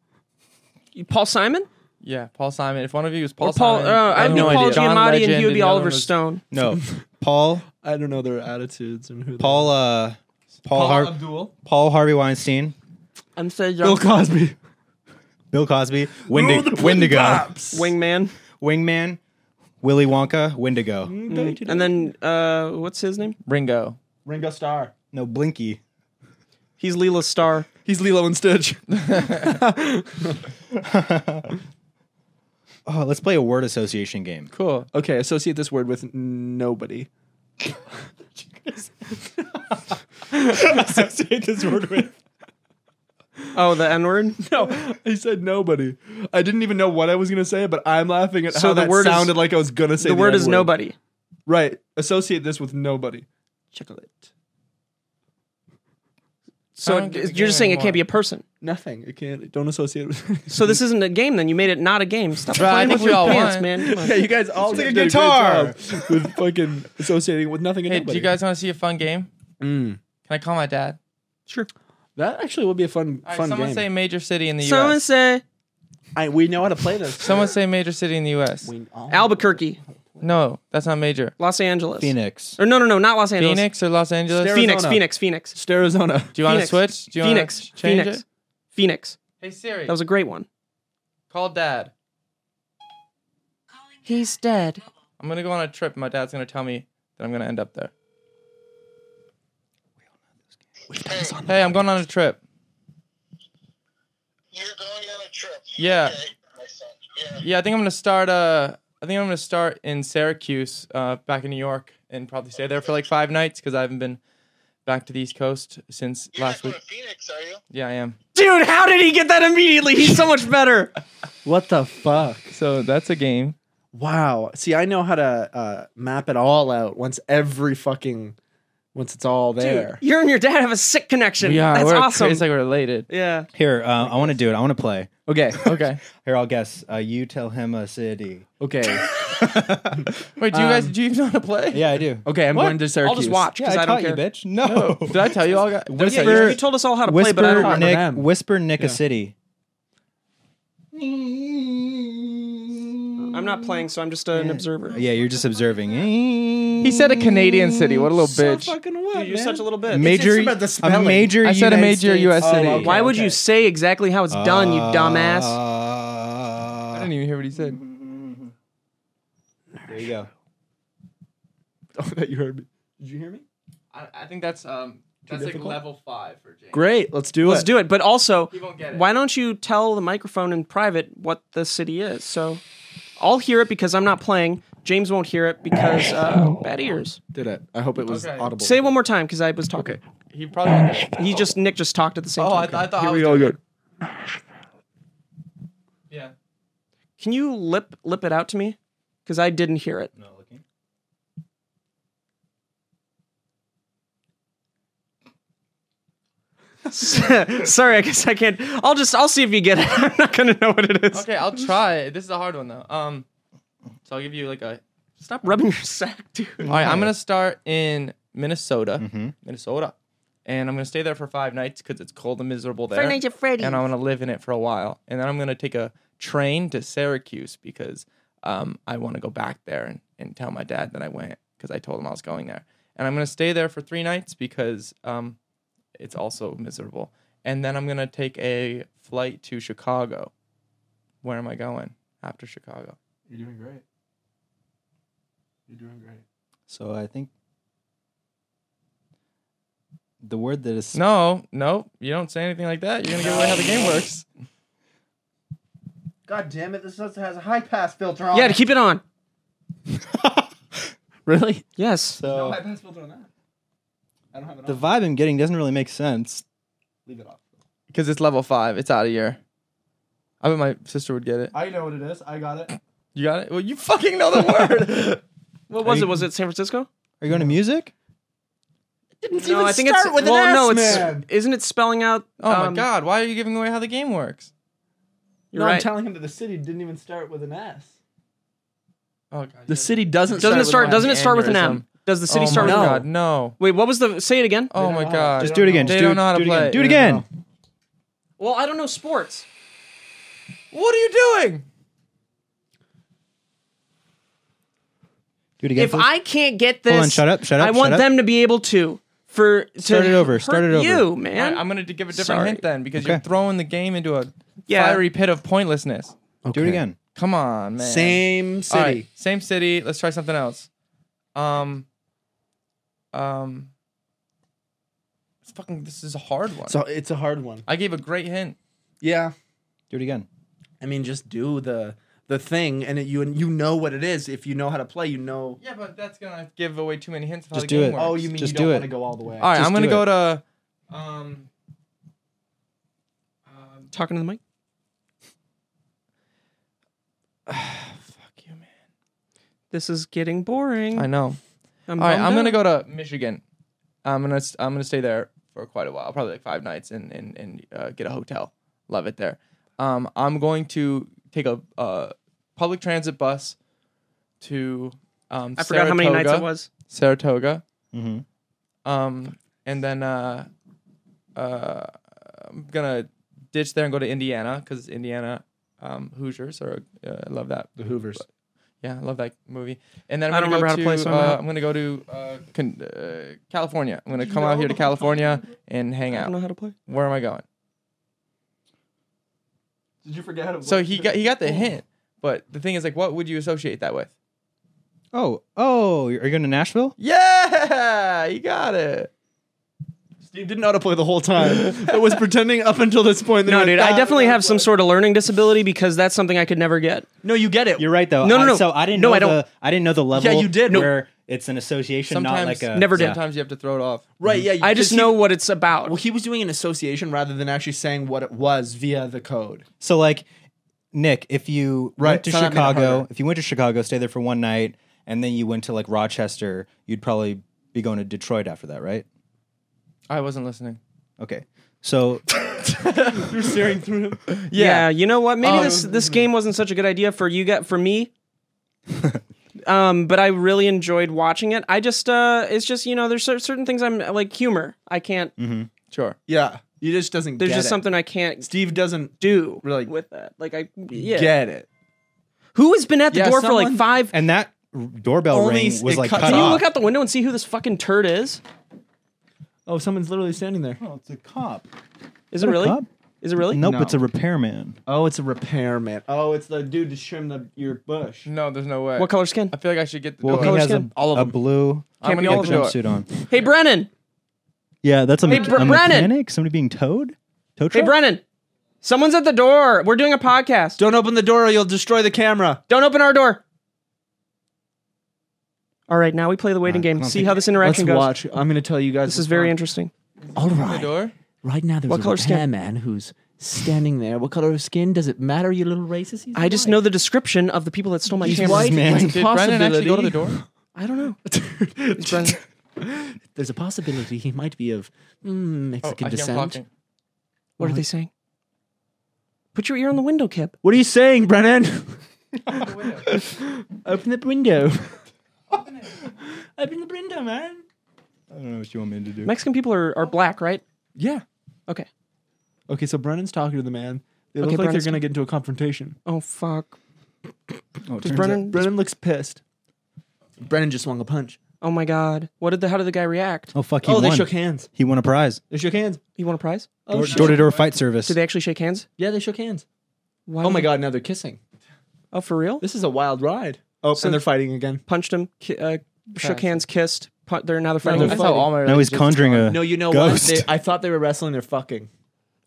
You- Paul Simon? Yeah, Paul Simon. If one of you was Paul, Or Paul, Simon, uh, the I'd other be one Paul was John Giamatti Legend and you would be the other Oliver one was- Stone. no, Paul, I don't know their attitudes and who. they Paul, uh, Paul, are. Har- Abdul, Paul Harvey Weinstein, I'm so Bill Cosby, Bill Cosby, Wendig- Wendigo, Wingman. Wingman, Willy Wonka, Wendigo. Mm-hmm. And then, uh, what's his name? Ringo. Ringo Starr. No, Blinky. He's Leela Star. He's Lilo and Stitch. Oh, let's play a word association game. Cool. Okay, associate this word with nobody. Associate this word with. Oh, the N word? No, I said nobody. I didn't even know what I was gonna say, but I'm laughing at So how the that word is- sounded like I was gonna say The word is N-word. nobody. Right. Associate this with nobody. Chocolate. So I don't d- get the you're just saying game it can't be a anymore. person. Nothing. It can't. Don't associate it with. So this isn't a game then. You made it not a game. Stop Bro, I playing think with we your all pants, won. man. Come on. yeah, you guys all It's like a did guitar. great job with fucking associating with nothing. And Hey, do nobody. you guys want to see a fun game? Mm. Can I call my dad? Sure. That actually would be a fun, All right, fun someone game. say major city in the Someone U.S. say I, we know how to play this. Someone say major city in the U.S. Albuquerque, No, that's not major. Los Angeles. Phoenix. Or no, no, no, not Los Angeles. Phoenix or Los Angeles? Stereo- Phoenix, Arizona. Phoenix, Phoenix. It's Arizona. do you want to Phoenix. switch? Do you wanna Phoenix. ch- change Phoenix. it? Phoenix. Hey Siri, That was a great one. call dad. He's dead. I'm gonna go on a trip. My dad's gonna tell me that I'm gonna end up there. Hey, I'm going on a trip. You're going on a trip. Yeah. Okay, my son. Yeah. Yeah, I think I'm gonna start. Uh, I think I'm gonna start in Syracuse, uh, back in New York, and probably stay there for like five nights because I haven't been back to the East Coast since You're last not week. going to Phoenix, are you? Yeah, I am. Dude, how did he get that immediately? He's so much better. What the fuck? So that's a game. Wow. See, I know how to uh, map it all out once every fucking once it's all there. You and your dad have a sick connection. Yeah, That's we're awesome. It's like we're related. yeah. Here, uh, I want to do it. I want to play. Okay. Okay. Here, I'll guess. Uh, you tell him a city. Okay. Wait, do you guys do you even know how to play? Yeah, I Oh, do. Okay, I'm What? going to Syracuse. I'll just watch Yeah, because I, I, taught don't care. you, bitch. No. Did I tell you all? Guys? Yeah, Whisper- you, you told us all how to play, whisper but I don't remember. Nick. them. Whisper Nick a city. I'm not playing, so I'm just an observer. Yeah, you're just observing. He said a Canadian city. What a little So bitch. fucking what? Dude, you're man? such a little bitch. major. it's about the a spelling. major. I said a United major States- U.S. Oh, city. okay. Why would you say exactly how it's done, you dumbass? I didn't dumbass. even hear what he said. Uh, There you go. Oh, that you heard me. Did you hear me? I, I think that's um that's like difficult? level five for James. Great. Let's do Let's it. do it. But also, He won't get it. why don't you tell the microphone in private what the city is? So I'll hear it because I'm not playing. James won't hear it because uh, bad ears. Did it. I hope it was Okay. audible. Say it one more time because I was talking. He probably. Won't get it. He just Nick just talked at the same Oh, time. I, th- I thought. I Here was we go. doing it. Good. Yeah. Can you lip lip it out to me? Because I didn't hear it. Not looking. Sorry, I guess I can't. I'll just I'll see if you get it. I'm not gonna know what it is. Okay, I'll try. it. This is a hard one though. Um, so I'll give you like a Stop rubbing your sack, dude. All right, I'm gonna start in Minnesota, Minnesota, and I'm gonna stay there for five nights because it's cold and miserable there. Nights at Freddy's. and um, I'm gonna live in it for a while, and then I'm gonna take a train to Syracuse because um, I want to go back there and, and tell my dad that I went because I told him I was going there, and I'm gonna stay there for three nights because um, it's also miserable, and then I'm gonna take a flight to Chicago. Where am I going after Chicago? You're doing great. You're doing great. So I think the word that is No, no, you don't say anything like that. You're gonna give away how the game works. God damn it, this also has a high pass filter on Yeah, to keep it on. really Yes. so pass filter on that. I don't have it the vibe I'm getting doesn't really make sense. Leave it off. Because it's level five. It's out of here. I bet my sister would get it. I know what it is. I got it. You got it? Well, you fucking know the word. What was you- it? Was it San Francisco? Are you going to music? Didn't no, even I think start it's with well, an no, ass it's man. isn't it spelling out? Oh um, my god, why are you giving away how the game works? You're no, right. I'm telling him that the city didn't even start with an S. Oh god. The city doesn't doesn't it start? an Doesn't it start with an M? Does the city oh start my with an god, M? no. Wait, what was the? Say it again. Oh don't my know how- god. they Just do it again. They Just do, don't know how to do it play. Again. Do it They again. Well, I don't know sports. What are you doing? Do it again. If please. I can't get this, Hold on, shut up, shut up, I want shut up. them to be able to for to Start it over, hurt start it over. You All right, man, I'm gonna d- give a different Sorry. hint then because you're Okay. throwing the game into a Yeah. fiery pit of pointlessness. Do it again. Come on, man. Same All city. right, same city. Let's try something else. Um, um, it's fucking. This is a hard one. So it's a hard one. I gave a great hint. Yeah. Do it again. I mean, just do the the thing, and it, you and you know what it is. If you know how to play, you know. Yeah, but that's gonna give away too many hints of how Just the do game it. works. Oh, you mean Just you do don't it. want to go all the way? All right, Just I'm gonna do go it. to. Um, um, talking to the mic. fuck you, man. This is getting boring. I know. I'm, All right, I'm gonna bummed out. go to Michigan. I'm gonna s- I'm gonna stay there for quite a while, probably like five nights, and and and uh, get a hotel. Love it there. Um, I'm going to take a uh, public transit bus to. Um, I forgot how many nights it Saratoga- was. Saratoga. Mhm. Um, and then uh, uh, I'm gonna ditch there and go to Indiana because Indiana um, Hoosiers are. Uh, I love that. The Hoovers. Yeah, I love that movie. And then I'm I don't gonna remember how to go play, to, so I'm uh, out. I'm gonna go to uh, con- uh, California. I'm gonna come out here to California and hang I don't know out. how to play. Where am I going? Did you forget? It So he got he Oh. got the hint, but the thing is, like, what would you associate that with? Oh, oh, you're- are you going to Nashville? Yeah, you got it. Steve didn't know how to play the whole time. it was pretending up until this point. that No, he dude, thought I he definitely knew how have to some play. sort of learning disability because that's something I could never get. No, you get it. You're right though. No, no, I- no. So I didn't No, know I don't- the I didn't know the level. you did. No. Where it's an association, Sometimes not like a Never did. Sometimes you have to throw it off. right. Yeah, you- I just 'cause he- know what it's about. Well, he was doing an association rather than actually saying what it was via the code. So like, Nick, if you Right, went to so that made it Chicago, harder. if you went to Chicago, stay there for one night, and then you went to like Rochester, you'd probably be going to Detroit after that, right? I wasn't listening. Okay. So You're staring through him. yeah. you know what? Maybe this this game wasn't such a good idea for you got for me. um, but I really enjoyed watching it. I just uh, it's just you know, there's cer- certain things I'm like humor. I can't. Sure. Yeah, he just doesn't. There's get just it. something I can't Steve doesn't do Really? with that. Like I yeah. get it. Who has been at the Yeah, door for like someone- five? and that r- doorbell Only s- ring was it like cuts cut, off. Can you off. look out the window and see who this fucking turd is? Oh, someone's literally standing there. oh, it's a cop. Is it really? cop? Is it really? Nope, No. it's a repairman. Oh, it's a repairman. Oh, it's the dude to trim the your bush. No, there's no way. What color skin? I feel like I should get the Well, door. he color has a, skin? All of a them. blue I'm Can't be gonna all get of the them. door. jumpsuit on. Hey Brennan. Yeah, that's a, me- Br- a Brennan! mechanic. Somebody being towed. Tow Hey truck? Brennan. Someone's at the door. We're doing a podcast. Don't open the door or you'll destroy the camera. Don't open our door. All right, now we play the waiting game. don't See think- how this interaction goes. I'm gonna tell you guys. This is very interesting. All The right. door. Right now, there's What a color skin? man who's standing there. What color of skin? Does it matter, you little racist? He's I just white. know the description of the people that stole my He's camera. white. man. There's a Did Brandon actually go to the possibility. door? oh, I don't know. There's a possibility he might be of mm, Oh, Mexican I hear him descent. talking. What are they saying? Put your ear on the window, Kip. What are you saying, Brennan? Open the window. I've been the Brinda, man. I don't know what you want me to do. Mexican people are, are black, right? Yeah. Okay. Okay, so Brennan's talking to the man. They Okay, look like Brennan's- they're gonna get into a confrontation. Oh fuck. Oh, it Does turns out- Brennan? Brennan looks pissed. Brennan just swung a punch. oh my god. What did the? How did the guy react? oh fuck, he oh, won. they shook hands. He won a prize. They shook hands. He won a prize. Oh, shit. Door to door fight service. Did they actually shake hands? yeah, they shook hands. Why Oh would my they- god, now they're kissing. Oh for real? This is a wild ride. Oh, and they're fighting again. Punched him. Ki- uh, shook Passed. hands. Kissed. Pu- they're now they're No, fighting. they're That's how all my now he's relationships conjuring are. a No, you know ghost. what? They, I thought they were wrestling. They're fucking.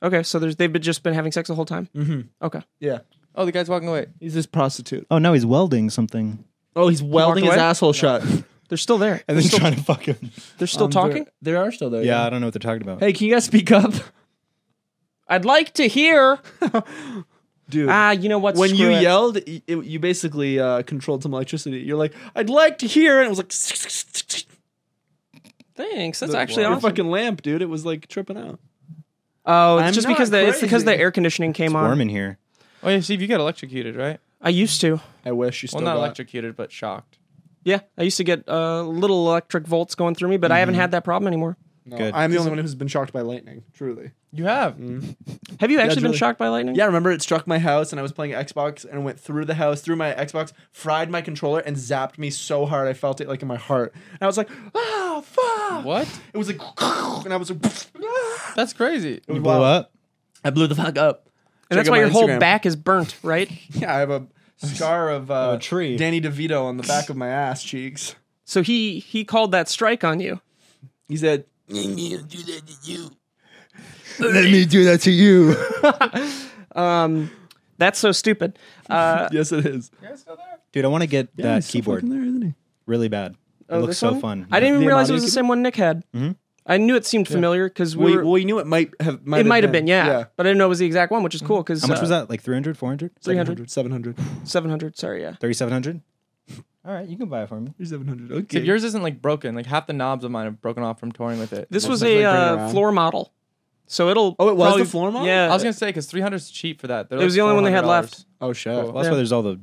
okay, so there's they've been just been having sex the whole time. Mm-hmm. Okay. Yeah. Oh, the guy's walking away. He's this prostitute. oh, now he's welding something Oh, he's welding his away? asshole shut. They're still there. and then trying to fuck him. They're still Um, talking. There are still there. Yeah, I don't know what they're talking about. Hey, can you guys speak up? I'd like to hear. Dude. Ah, you know what? when you Screw it. yelled, y- it, you basically uh, controlled some electricity. You're like, I'd like to hear, and it was like, thanks. That's actually your awesome. fucking lamp, dude. It was like tripping out. Oh, it's I'm just not because the it's because the crazy. air conditioning came on. Warm in here. Oh yeah, Steve, you got electrocuted, right? I used to. I wish you still Well, not got- electrocuted, but shocked. Yeah, I used to get uh, little electric volts going through me, but I haven't Mm-hmm. had that problem anymore. No, Good. I'm the only one who's been shocked by lightning. Truly. You have. Have you actually been really- shocked by lightning? Yeah, I remember it struck my house, and I was playing Xbox, and it went through the house, through my Xbox, fried my controller, and zapped me so hard I felt it like in my heart. And I was like, ah, fuck. What? It was like, and I was like, ah. That's crazy. You Wow. blow up. I blew the fuck up. and that's Check why out my your whole Instagram. back is burnt, right? Yeah, I have a scar of uh, a tree. Danny DeVito on the back of my ass cheeks. so he he called that strike on you. He said, Let me do that to you. That's so stupid. Uh, "Yes, it is." You guys still there? Dude, I want to get that he's still keyboard. fucking there, isn't he? Really bad. It oh, looks this so one? fun. I didn't even The realize it was Amadio the same one Nick had. Mm-hmm. I knew it seemed familiar because we We, were, well, you knew it might have. Might it might have been, yeah, but I didn't know it was the exact one, which is cool uh, because How much was that? Like 300, 400? 300, 700. 700, sorry, yeah. 3700? All right, you can buy it for me. 700. Okay. Dude, yours isn't like broken. Like half the knobs of mine have broken off from touring with it. This was likely a bring it uh, around. floor model, so it'll. Oh, it was the probably- floor model? Yeah, I was gonna say because 300 is cheap for that. They're It was like the only one they had $400. left. oh shit. Well, that's why there's all the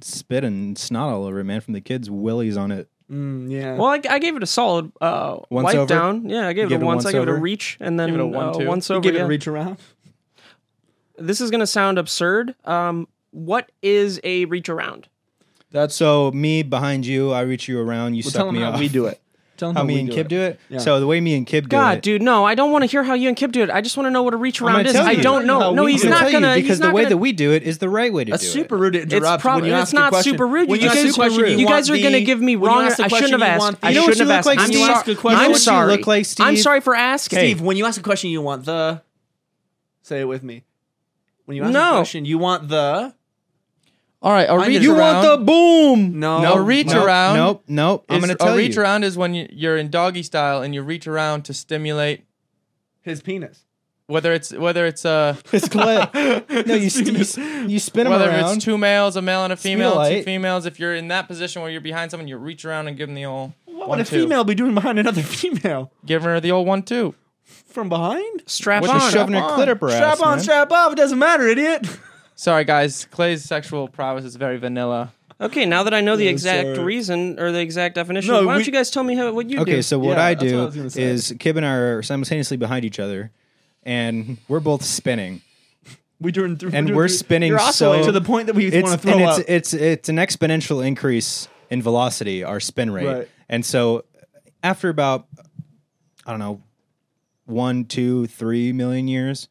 spit and snot all over it, man, from the kids' willies on it. Mm, yeah. Well, I, I gave it a solid uh, Once wipe over? down. Yeah, I gave You it a once. I gave it a reach, and then Give it a one, uh, two. once You over. give it yeah. a reach around. This is going to sound absurd. Um, what is a reach around? So me behind you, I reach you around, you tell suck him me how off. we do it. Tell him How how me we and do Kib it. do it. So the way me and Kib do God, it. dude, no, I don't want to hear how you and Kip do it. I just want to know what a reach I'm around gonna is. tell I you. don't know. How No, we he's do it. not tell gonna. you because he's the not way gonna- that we do it is the right way to That's do super it. rude to interrupt prob- when you it's ask a not question. super rude. When You guys- ask a question, you want guys are the- gonna give me when you wrong- ask a I shouldn't question, have you asked. want the- I You know what shouldn't have you look asked. like, I'm Steve? sorry. You ask a question. I'm You sorry. look like I'm Steve. sorry for asking. Steve, when you ask a question, you want the. Say it with me. When you ask No. a question, you want the. All right, a Mine reach is- You around. want the boom. No. no, reach Nope, around. Nope, nope. I'm is- gonna tell a reach you. around is when you- you're in doggy style and you reach around to stimulate His penis. whether it's whether it's uh His clit. No, you, st- you, s- you spin him whether around. it's two males, a male and a female, two Stimulate. females. If you're in that position where you're behind someone, you reach around and give them the old What one would a two. female be doing behind another female? Give her the old one two. From behind? Strap With the on. You're shoving your on. clit up her Strap ass, on, man. strap off. It doesn't matter, idiot. Sorry guys, Clay's sexual prowess is very vanilla. Okay, now that I know the exact sorry. reason or the exact definition, No, why don't we- you guys tell me how, what you do? Okay, so what Yeah, I that's what I do was gonna say. is Kib and I are simultaneously behind each other, and we're both spinning, We're doing through. and doing we're through- spinning You're so oscillating to the point that we want it's to throw and up. it's it's it's an exponential increase in velocity, our spin rate, Right. and so after about I don't know one, two, three million years,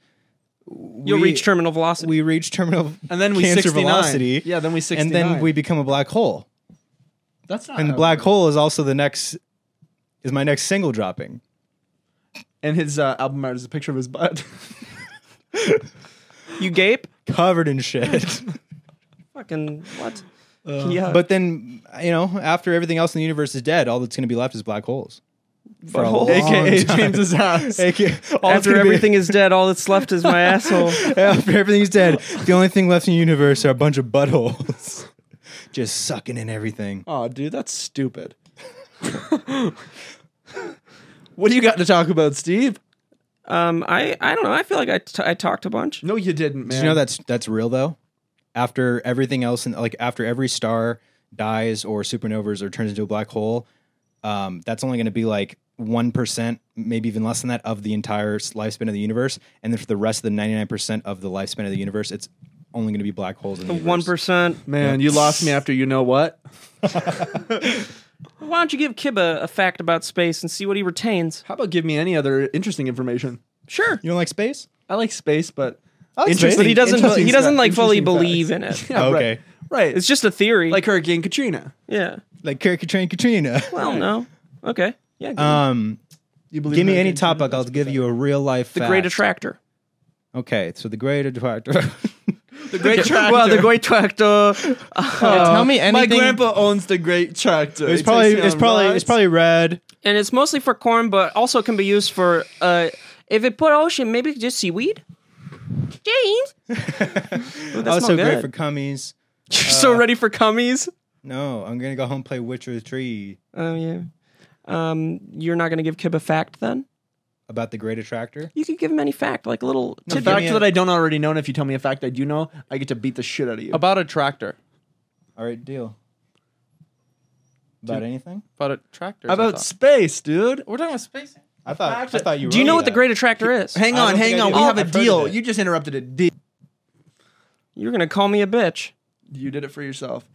you'll we- reach terminal velocity. we reach terminal and then we cancer 69. velocity, Yeah, then we 69. and then we become a black hole, That's not. and the black hole is also the next is my next single dropping. And his uh, album art is a picture of his butt. you gape. Covered in shit. Fucking what? yeah, But then, you know, after everything else in the universe is dead, all that's going to be left is black holes. For a long AKA time. James's house. AKA all that's after gonna be- everything is dead, all that's left is my asshole. after everything's dead, the only thing left in the universe are a bunch of buttholes, just sucking in everything. oh, dude, that's stupid. what do you got to talk about, Steve? Um, I I don't know. I feel like I, t- I talked a bunch. No, you didn't, man. Did you know that's that's real though? After everything else, and like after every star dies or supernovas or turns into a black hole, um, that's only going to be like 1%, maybe even less than that, of the entire s- lifespan of the universe. And then for the rest of the 99% of the lifespan of the universe, it's only going to be black holes. In the One universe. percent. Man, you lost me after you know what? Why don't you give Kibba a fact about space and see what he retains? How about give me any other interesting information? Sure, You don't like space? I like space, but like space. interesting. but he doesn't. interesting He doesn't fa- like fully interesting believe facts. in it. Yeah, Okay. right. right. It's just a theory. like Hurricane Katrina. yeah. Like Carrie Katrina Katrina. Well, no. Okay. Yeah. Uh, good. Um, You believe give me in any Hurricane topic. I'll give you a real life. the fact. Great Attractor. Okay, so the great attractor. The Great Tractor. Well, the Great Tractor. Yeah, tell me anything. Uh, My grandpa owns the Great Tractor. He it's takes probably me it's on probably rides. it's probably red. and it's mostly for corn, but also can be used for uh, if it put ocean, maybe just seaweed. James, Oh, Ooh, that also smell good. great for cummies. You're Uh, so ready for cummies. No, I'm gonna go home and play Witcher the Tree Oh yeah. Um, you're not gonna give Kib a fact then? about the great attractor. You could give him any fact, like little The tidbit. fact me a- that I don't already know, and if you tell me a fact I do know, I get to beat the shit out of you. about a tractor. All right, deal. About anything? About a tractor. How about space, dude? we're talking about space. I thought I thought you. Do you know what the great attractor is? Hang I on, don't think hang I on. do. We Oh, have a I've heard of deal. it. You just interrupted a deal. You're gonna call me a bitch. You did it for yourself.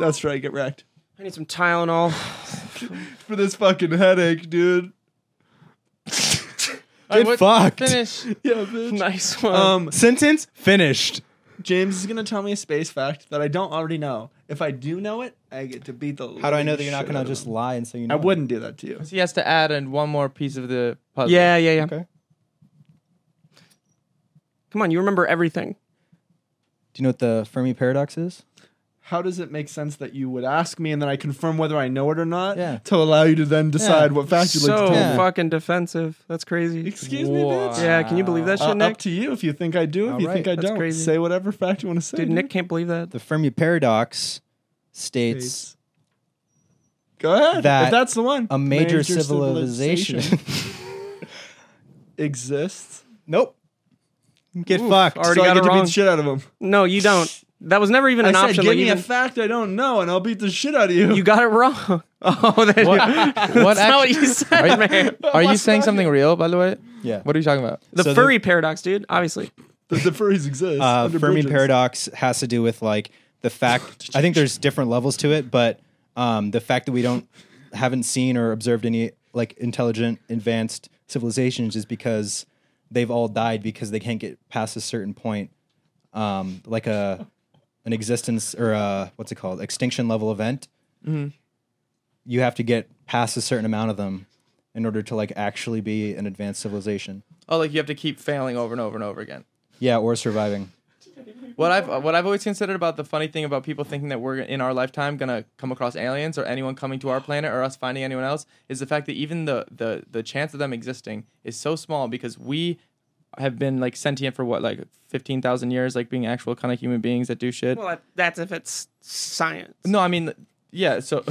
That's right. Get wrecked I need some Tylenol. for this fucking headache, dude. Get fucked. Finish. Yeah, bitch. nice one. Um, sentence finished? James is gonna tell me a space fact that I don't already know. If I do know it, I get to beat the. How do I know that you're not shit gonna out of just him. lie and say you know? I wouldn't do that to you. He has to add in one more piece of the puzzle. yeah, yeah, yeah. Okay. Come on, you remember everything. Do you know what the Fermi paradox is? How does it make sense that you would ask me and then I confirm whether I know it or not? Yeah. To allow you to then decide what fact you'd like to so tell me. Yeah. fucking defensive. That's crazy. Excuse me, bitch. Yeah, can you believe that Uh, shit, Nick? up to you if you think I do. If All you right, think I that's don't, crazy. say whatever fact you want to say. Dude, Nick can't believe that. The Fermi paradox states States. Go ahead. That if that's the one. a major, civilization. civilization exists. nope. Get fucked. already- so I got it get to beat wrong. the shit out of him. No, you don't. That was never even I an said, option. give like, me you, a fact I don't know, and I'll beat the shit out of you. you got it wrong. Oh, that, What? that's not what what actu- you said, Are you- man. Are Oh you saying something real, by the way? Yeah. What are you talking about? The So the- furry paradox, dude. Obviously, the, the furries exist. uh, under Fermi bridges. paradox has to do with like the fact. I think there's different levels to it, but um, the fact that we don't haven't seen or observed any like intelligent, advanced civilizations is because they've all died because they can't get past a certain point, um, like a an existence or a, what's it called, extinction level event. Mm-hmm. You have to get past a certain amount of them in order to like actually be an advanced civilization. Oh, like you have to keep failing over and over and over again. Yeah, or surviving. What I've what I've always considered about the funny thing about people thinking that we're in our lifetime gonna come across aliens or anyone coming to our planet or us finding anyone else is the fact that even the the the chance of them existing is so small because we have been like sentient for what like fifteen thousand years, like being actual kind of human beings that do shit. well, that, that's if it's science. No, I mean, yeah. So,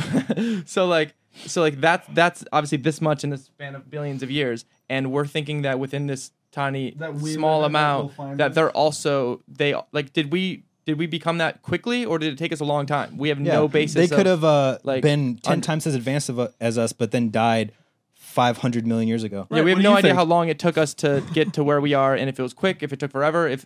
so like, so like that's that's obviously this much in the span of billions of years, and we're thinking that within this tiny That we- small that- that we'll amount find that it. they're also they like did we did we become that quickly or did it take us a long time? We have no basis. They could of- have uh, like, been ten un- times as advanced of, a- as us, but then died five hundred million years ago. Yeah, we Right, have what do no you idea think? how long it took us to get to where we are, and if it was quick, if it took forever, if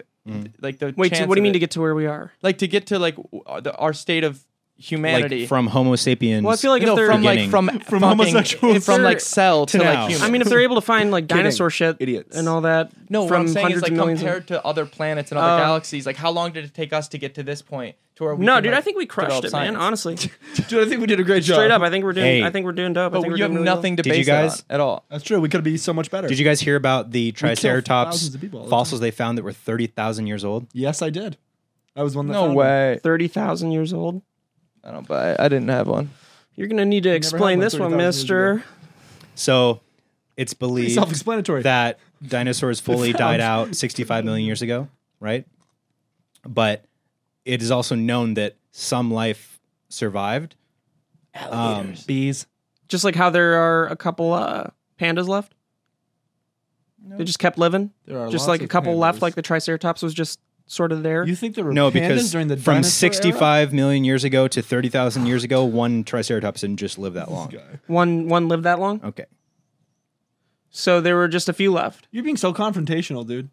like the Wait, so chance what do you of mean it- to get to where we are? like to get to like w- uh, the, our state of humanity? Like from Homo sapiens. Well, I feel like no, if they're from like Beginning. from From fucking- homosexuals from to like cell to, now. like human. I mean, if they're able to find like dinosaur shit, Idiots. and all that. No, from what I'm saying hundreds is like of millions. compared of, to other planets and other Oh. galaxies, like how long did it take us to get to this point to where we? no, can, dude, like, I think we crushed develop it, man. science? Honestly, Dude, I think we did a great job. straight up, I think we're doing. Hey. I think we're doing dope. I But think you we're have doing really nothing to Did you base that guys- on at all. That's true. We could be so much better. Did you guys hear about the kill Triceratops thousands of people all the fossils they found that were thirty thousand years old? Yes, I did. I was one that No found them. way. well. Thirty thousand years old. I don't buy. It. I didn't have one. You're gonna need to explain one this one, 30,000 years Mister. So it's Pretty believed self-explanatory. that dinosaurs fully Sounds- died out 65 million years ago, right? But it is also known that some life survived. Um, bees. Just like how there are a couple uh, pandas left. They just kept living. There are Just like a couple left, like the Triceratops was just sort of there. You think there were No, pandas because during the from dinosaur era? 65 million years ago to 30,000 years ago, one Triceratops didn't just live that long. one one lived that long, Okay. so there were just a few left. You're being so confrontational, dude.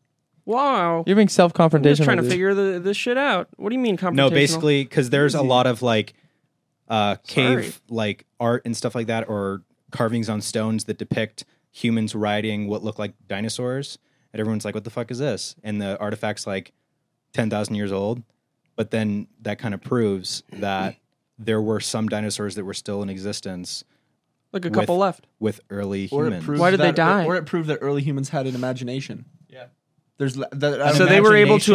Wow, You're being self-confrontational. I'm just trying to figure the, this shit out. What do you mean confrontational? No, basically, because there's a lot of like uh, cave Sorry. like art and stuff like that, or carvings on stones that depict humans riding what look like dinosaurs, and everyone's like, "What the fuck is this?" And the artifact's like ten thousand years old, but then that kind of proves that there were some dinosaurs that were still in existence like a with- couple left. with early Or it humans. proves Why did they that- die? Or it proved that early humans had an imagination. Yeah. There's le- that, So they were able to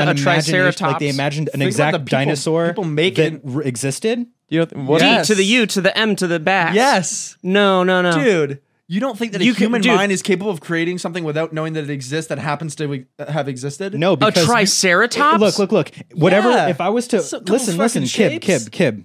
imagine a imagination- Like they triceratops. imagined an Think about exact the people- dinosaur people make that it- r- existed. You don't th- what? D Yes. to the U to the M to the back. Yes, No, no, no. dude. You don't think that a You can- human dude. mind is capable of creating something without knowing that it exists that happens to e- have existed? No, a because triceratops. Look, look, look. Whatever. Yeah. If I was to So- couple listen, listen, fucking Kib, Kib, shapes. Kib.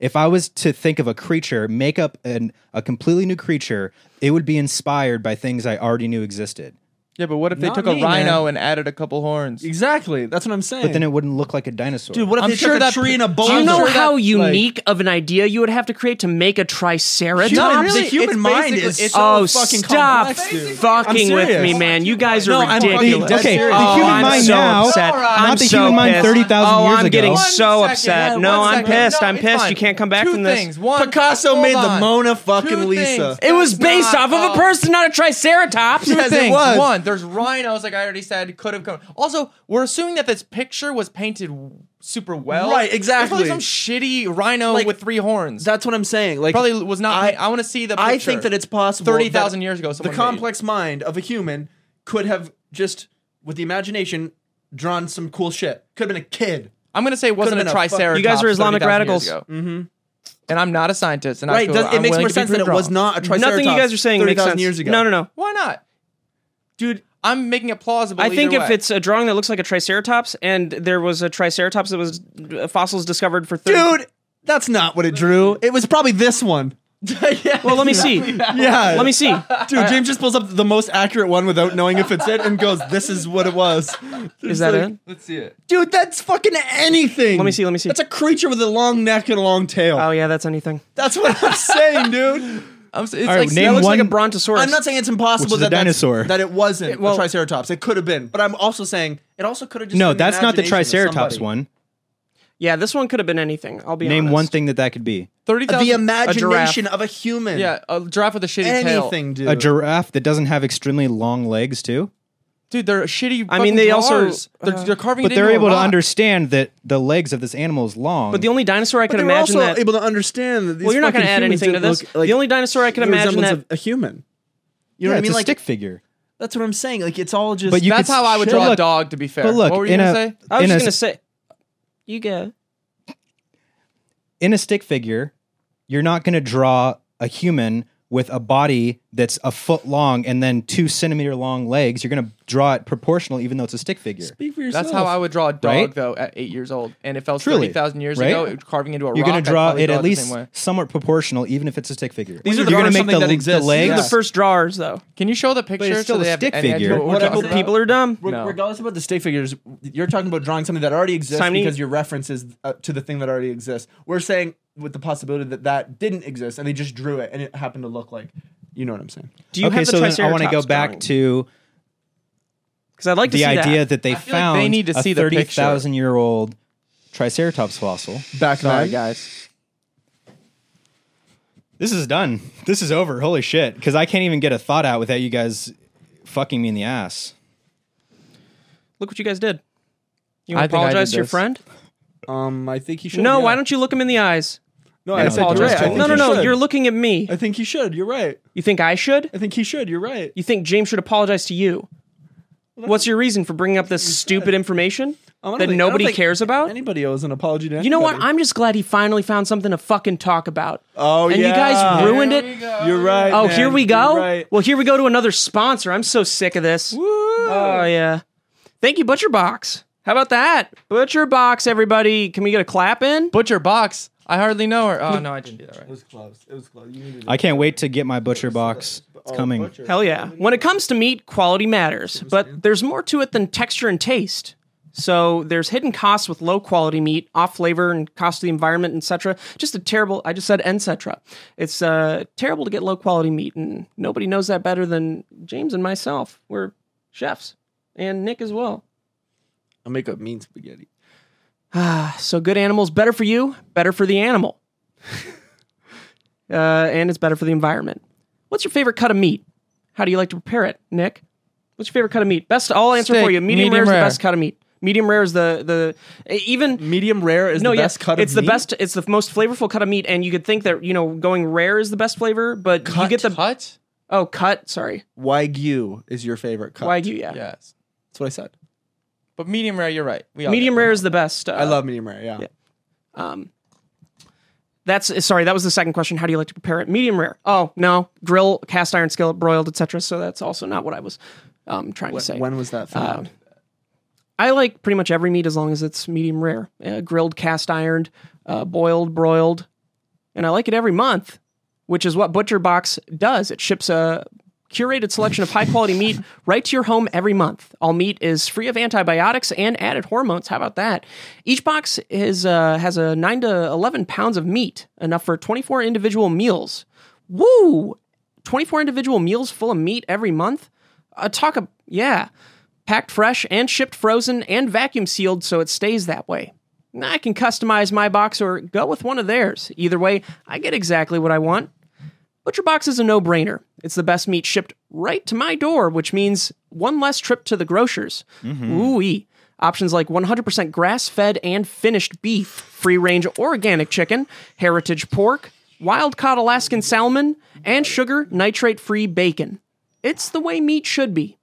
If I was to think of a creature, make up an, a completely new creature, it would be inspired by things I already knew existed. Yeah, but what if they Not took me, a rhino and added a couple horns? exactly. That's what I'm saying. But then it wouldn't look like a dinosaur. dude, what if I'm they sure took a that- tree and a bowl? Do you and know sort of how that, like- unique of an idea you would have to create to make a triceratops? No, really, the human it's mind basically- is it's so oh, fucking stop complex, dude. fucking I'm with me, serious. man. You guys are No, I'm fucking ridiculous. dead Okay, serious. the Oh, human I'm mind so now- upset. Not I'm the so human mind pissed. 30,000 oh, years I'm ago. getting One so second, upset. one No, I'm second. pissed. No, I'm it's pissed. fine. You can't come back Two from this. things. One, Picasso hold made the on. Mona fucking Two Lisa. things. It was That's based not off of a all. person, not a triceratops. Two Yes, it things. was. One, there's rhinos, like I already said, could have come. Also, we're assuming that this picture was painted w- super well. Right, There's exactly. probably some shitty rhino Like, with three horns. That's what I'm saying. Like probably was not. I- I, want to see the. Picture. I think that it's possible. 30,000 that years ago, The someone complex mind of a human could have just, with the imagination, drawn some cool shit. Could have been a kid. I'm gonna say it wasn't a been a fuck- Mm-hmm. triceratops. You guys are Islamic 30,000 years radicals. ago. And I'm not a scientist. And I Right? feel- Does, it I'm makes willing more to be sense that it proved was wrong. not a triceratops. Nothing you guys are saying makes 30,000 sense. years ago. No, no, no. Why not, dude. I'm making it plausible. I think either if way. it's a drawing that looks like a triceratops, and there was a triceratops that was uh, fossils discovered for 30, Dude, that's not what it drew. It was probably this one. Well, let me see. Yeah. Let me see. Dude, James just pulls up the most accurate one without knowing if it's it and goes, "This is what it was." Is that it? let's see it. Dude, that's fucking anything. Let me see, let me see. That's a creature with a long neck and a long tail. Oh yeah, that's anything. That's what I'm saying, dude. I'm, s- it's All right, like name That looks like a one- brontosaurus. I'm not saying it's impossible Which is that a that's- dinosaur. that it wasn't well- a triceratops. It could have been, but I'm also saying it also could have just no, been the that's not the imagination of Triceratops somebody. one. Yeah, this one could have been anything. I'll be Name honest. one thing that that could be. thirty The thousand. imagination of a human. Yeah, a giraffe with a shitty tail. anything, dude. A giraffe that doesn't have extremely long legs too. dude. They're shitty. I mean, fucking they also- jars. they're, they're carving. But it they're into a able to rock. understand that the legs of this animal is long. But the only dinosaur I could But they were imagine also that. able to understand that these well, you're not going to add anything to this. the only dinosaur I could imagine that. a human. You you know know what I it's mean? a Like stick figure. that's what I'm saying. Like it's all just. But you That's could how I would still draw a look- dog. To be fair, But look, what were you in gonna a, say? I was in just a gonna say. You go. in a stick figure, you're not going to draw a human with a body that's a foot long and then two centimeter long legs. You're going to draw it proportional, even though it's a stick figure. speak for yourself. That's how I would draw a dog, Right? though, at eight years old, and it fell Truly, thirty thousand years right? ago, it- carving into a You're rock. going I'd to draw probably it at the same least way. somewhat proportional, even if it's a stick figure. These are the you're gonna drawings make something the, that exists. the legs. They're Yeah. the first drawers, though. Can you show the picture? it's still so a they have stick any idea figure. what we're What talking about- about? People are dumb. Re- No. Regardless about the stick figures, you're talking about drawing something that already exists Simon, you- because your reference is uh, to the thing that already exists. We're saying with the possibility that that didn't exist and they just drew it and it happened to look like, you know what I'm saying? Do you okay, have the so then triceratops? I want to go back to because I'd like to the see idea that. that, they I feel like found they need to a see the picture. thirty thousand year old Triceratops fossil. Back Sorry, nine. guys. This is done. This is over. Holy shit! Because I can't even get a thought out without you guys fucking me in the ass. Look what you guys did. You I think I did apologize to your this. friend? Um, I think he should. No, yeah. why don't you look him in the eyes? No, Yeah, I said you're apologize right. I to think all No, of no, he no. should. You're looking at me. I think he should. You're right. You think I should? I think he should. You're right. You think James should apologize to you? What's your reason for bringing up this stupid information I don't that think- I don't nobody think cares about? Anybody owes an apology to anybody. You know what? I'm just glad he finally found something to fucking talk about. Oh, and yeah. you guys ruined it. You're right. Oh, man. here we You're go. right. Well, here we go to another sponsor. I'm so sick of this. Oh yeah. Thank you, Butcher Box. How about that, Butcher Box? Everybody, can we get a clap in? Butcher box. I hardly know her. Oh no, I didn't do that right. It was close. It was close. You needed I can't wait to get my butcher box. It's coming. Hell yeah. When it comes to meat, quality matters, but there's more to it than texture and taste. So there's hidden costs with low quality meat, off flavor, and cost to the environment, etc. Just a terrible. I just said etc. It's uh, terrible to get low quality meat, and nobody knows that better than James and myself. We're chefs, and Nick as well. I'll make up mean spaghetti. So good animals better for you, better for the animal, uh, and it's better for the environment. What's your favorite cut of meat? How do you like to prepare it, Nick? What's your favorite cut of meat? Best. I'll answer for Steak, you. Medium, medium rare is rare. the best cut of meat. Medium rare is the the e, even Medium rare is no, the yes, best cut of it's the meat? best. It's the most flavorful cut of meat, and you could think that you know going rare is the best flavor, but you get the cut. oh cut. Sorry, Wagyu is your favorite cut. wagyu. Yeah, Yes, That's what I said. but medium rare. You're right. We all medium get it. rare is the best. Uh, I love medium rare. Yeah. that's sorry. That was the second question. How do you like to prepare it? Medium rare. Oh no, grill, cast iron skillet, broiled, etc. So that's also not what I was um, trying to say. When was that found? I like pretty much every meat as long as it's medium rare, uh, grilled, cast ironed, uh, boiled, broiled, and I like it every month, which is what Butcher Box does. It ships a curated selection of high quality meat right to your home every month. All meat is free of antibiotics and added hormones. How about that? Each box is uh, has a nine to eleven pounds of meat, enough for twenty four individual meals. Woo! Twenty four individual meals full of meat every month. Uh, talk of yeah packed fresh and shipped frozen and vacuum sealed so it stays that way. Now, I can customize my box or go with one of theirs. Either way, I get exactly what I want. ButcherBox is a no-brainer. It's the best meat shipped right to my door, which means one less trip to the grocers. Ooh-wee. Options like 100% grass-fed and finished beef, free-range organic chicken, heritage pork, wild-caught Alaskan salmon, and sugar nitrate-free bacon. It's the way meat should be.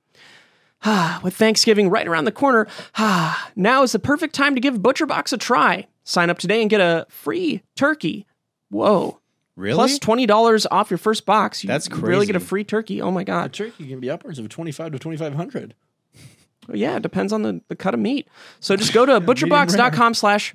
With Thanksgiving right around the corner, ah, now is the perfect time to give ButcherBox a try. Sign up today and get a free turkey. Whoa. Really? Plus $20 off your first box. You That's really get a crazy. free turkey. Oh my God. Turkey can be upwards of twenty five to twenty five hundred. Yeah, it depends on the, the cut of meat. So just go to butcherbox.com slash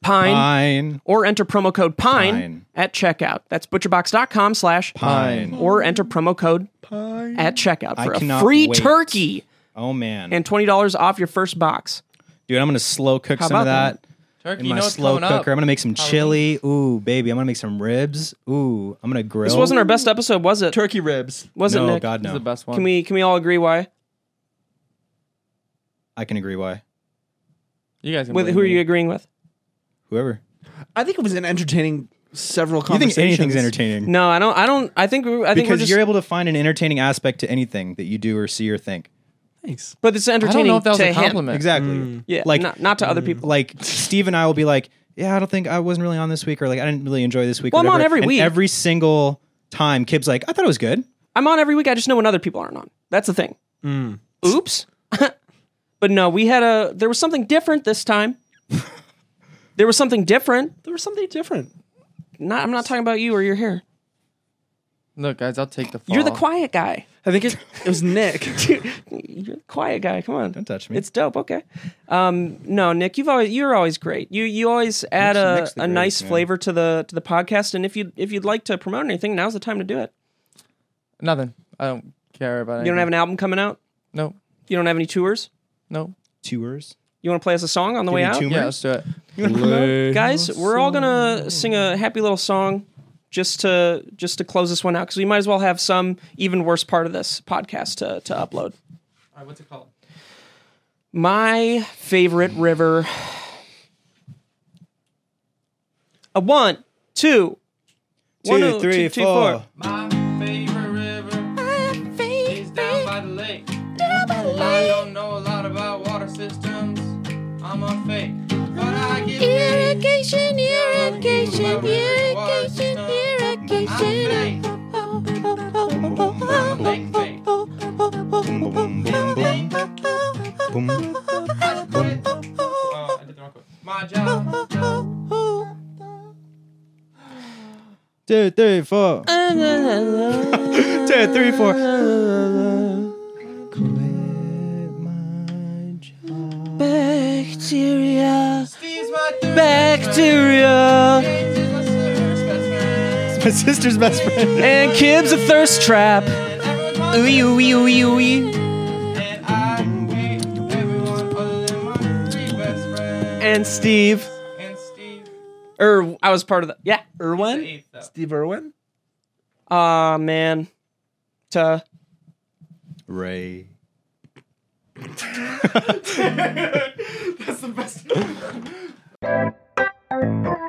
pine pine. or enter promo code pine, Pine. at checkout. That's butcherbox.com slash Pine. or enter promo code pine at checkout I for a cannot free wait. turkey Oh man, and $20 off your first box. dude, I'm gonna slow cook some of about that. Turkey, In you my know it's slow coming up. cooker, I'm gonna make some chili. Ooh, baby, I'm gonna make some ribs. Ooh, I'm gonna grill. This wasn't our best episode, was it? Turkey ribs. was it, No, Nick? God This no. is the best one. Can we can we all agree why? I can agree. Why? You guys can With blame who are me. you agreeing with? Whoever. I think it was an entertaining several You conversations. think anything's entertaining? No, I don't. I don't. I think we- I think we're because just. you're able to find an entertaining aspect to anything that you do or see or think. Thanks. but it's I entertaining don't know if that was to a him. compliment. mm. Exactly. Yeah, Like- not, not to other people. Like Steve and I will be like, yeah, I don't think I wasn't really on this week, or like I didn't really enjoy this week. or Well, I'm on whatever." every And week. Every single time, Kib's like, I thought it was good. I'm on every week. I just know when other people aren't on. That's the thing. Mm. Oops. but no, we had a. There was something different this time. there was something different. There was something different. Not. I'm not talking about you or your hair. Look, guys, I'll take the. Fall. You're the quiet guy. I think it, it was Nick. You're the quiet guy. Come on. Don't touch me. It's dope. Okay. Um, no, Nick, you've always you're always great. You you always add Nick's- a, Nick's the a nice greatest, man. flavor to the to the podcast. And if you if you'd like to promote anything, now's the time to do it. Nothing. I don't care about You don't have an album coming out. No. You don't have any tours. No. Tours. You want to play us a song on the way out, Tumors. Yeah, let's do it. guys? We're all gonna sing a happy little song just to just to close this one out because we might as well have some even worse part of this podcast to to upload. All right, what's it called? My favorite river. A one, two, one, Two, oh, three, two, two, four. four. My favorite river. is down by the lake. I don't know a lot about water systems. I'm on fake. But I get Irrigation, irrigation, irrigation, irrigation. Oh, fake, fake. I quit. Oh, I did the wrong quote. My job. Two, three, four. Two, three, four. Quit my job. Bacteria, Steve's my third bacteria, James is my first best friend. My sister's best friend. and Kib's a thirst trap. And everyone's my Ooh, ooh, ooh, ooh, ooh. And I hate everyone other than my and Steve. And Steve. Or I was part of the yeah. The Irwin? eighth, though. Steve Irwin? Ah man. Ta. Ray. That's the best.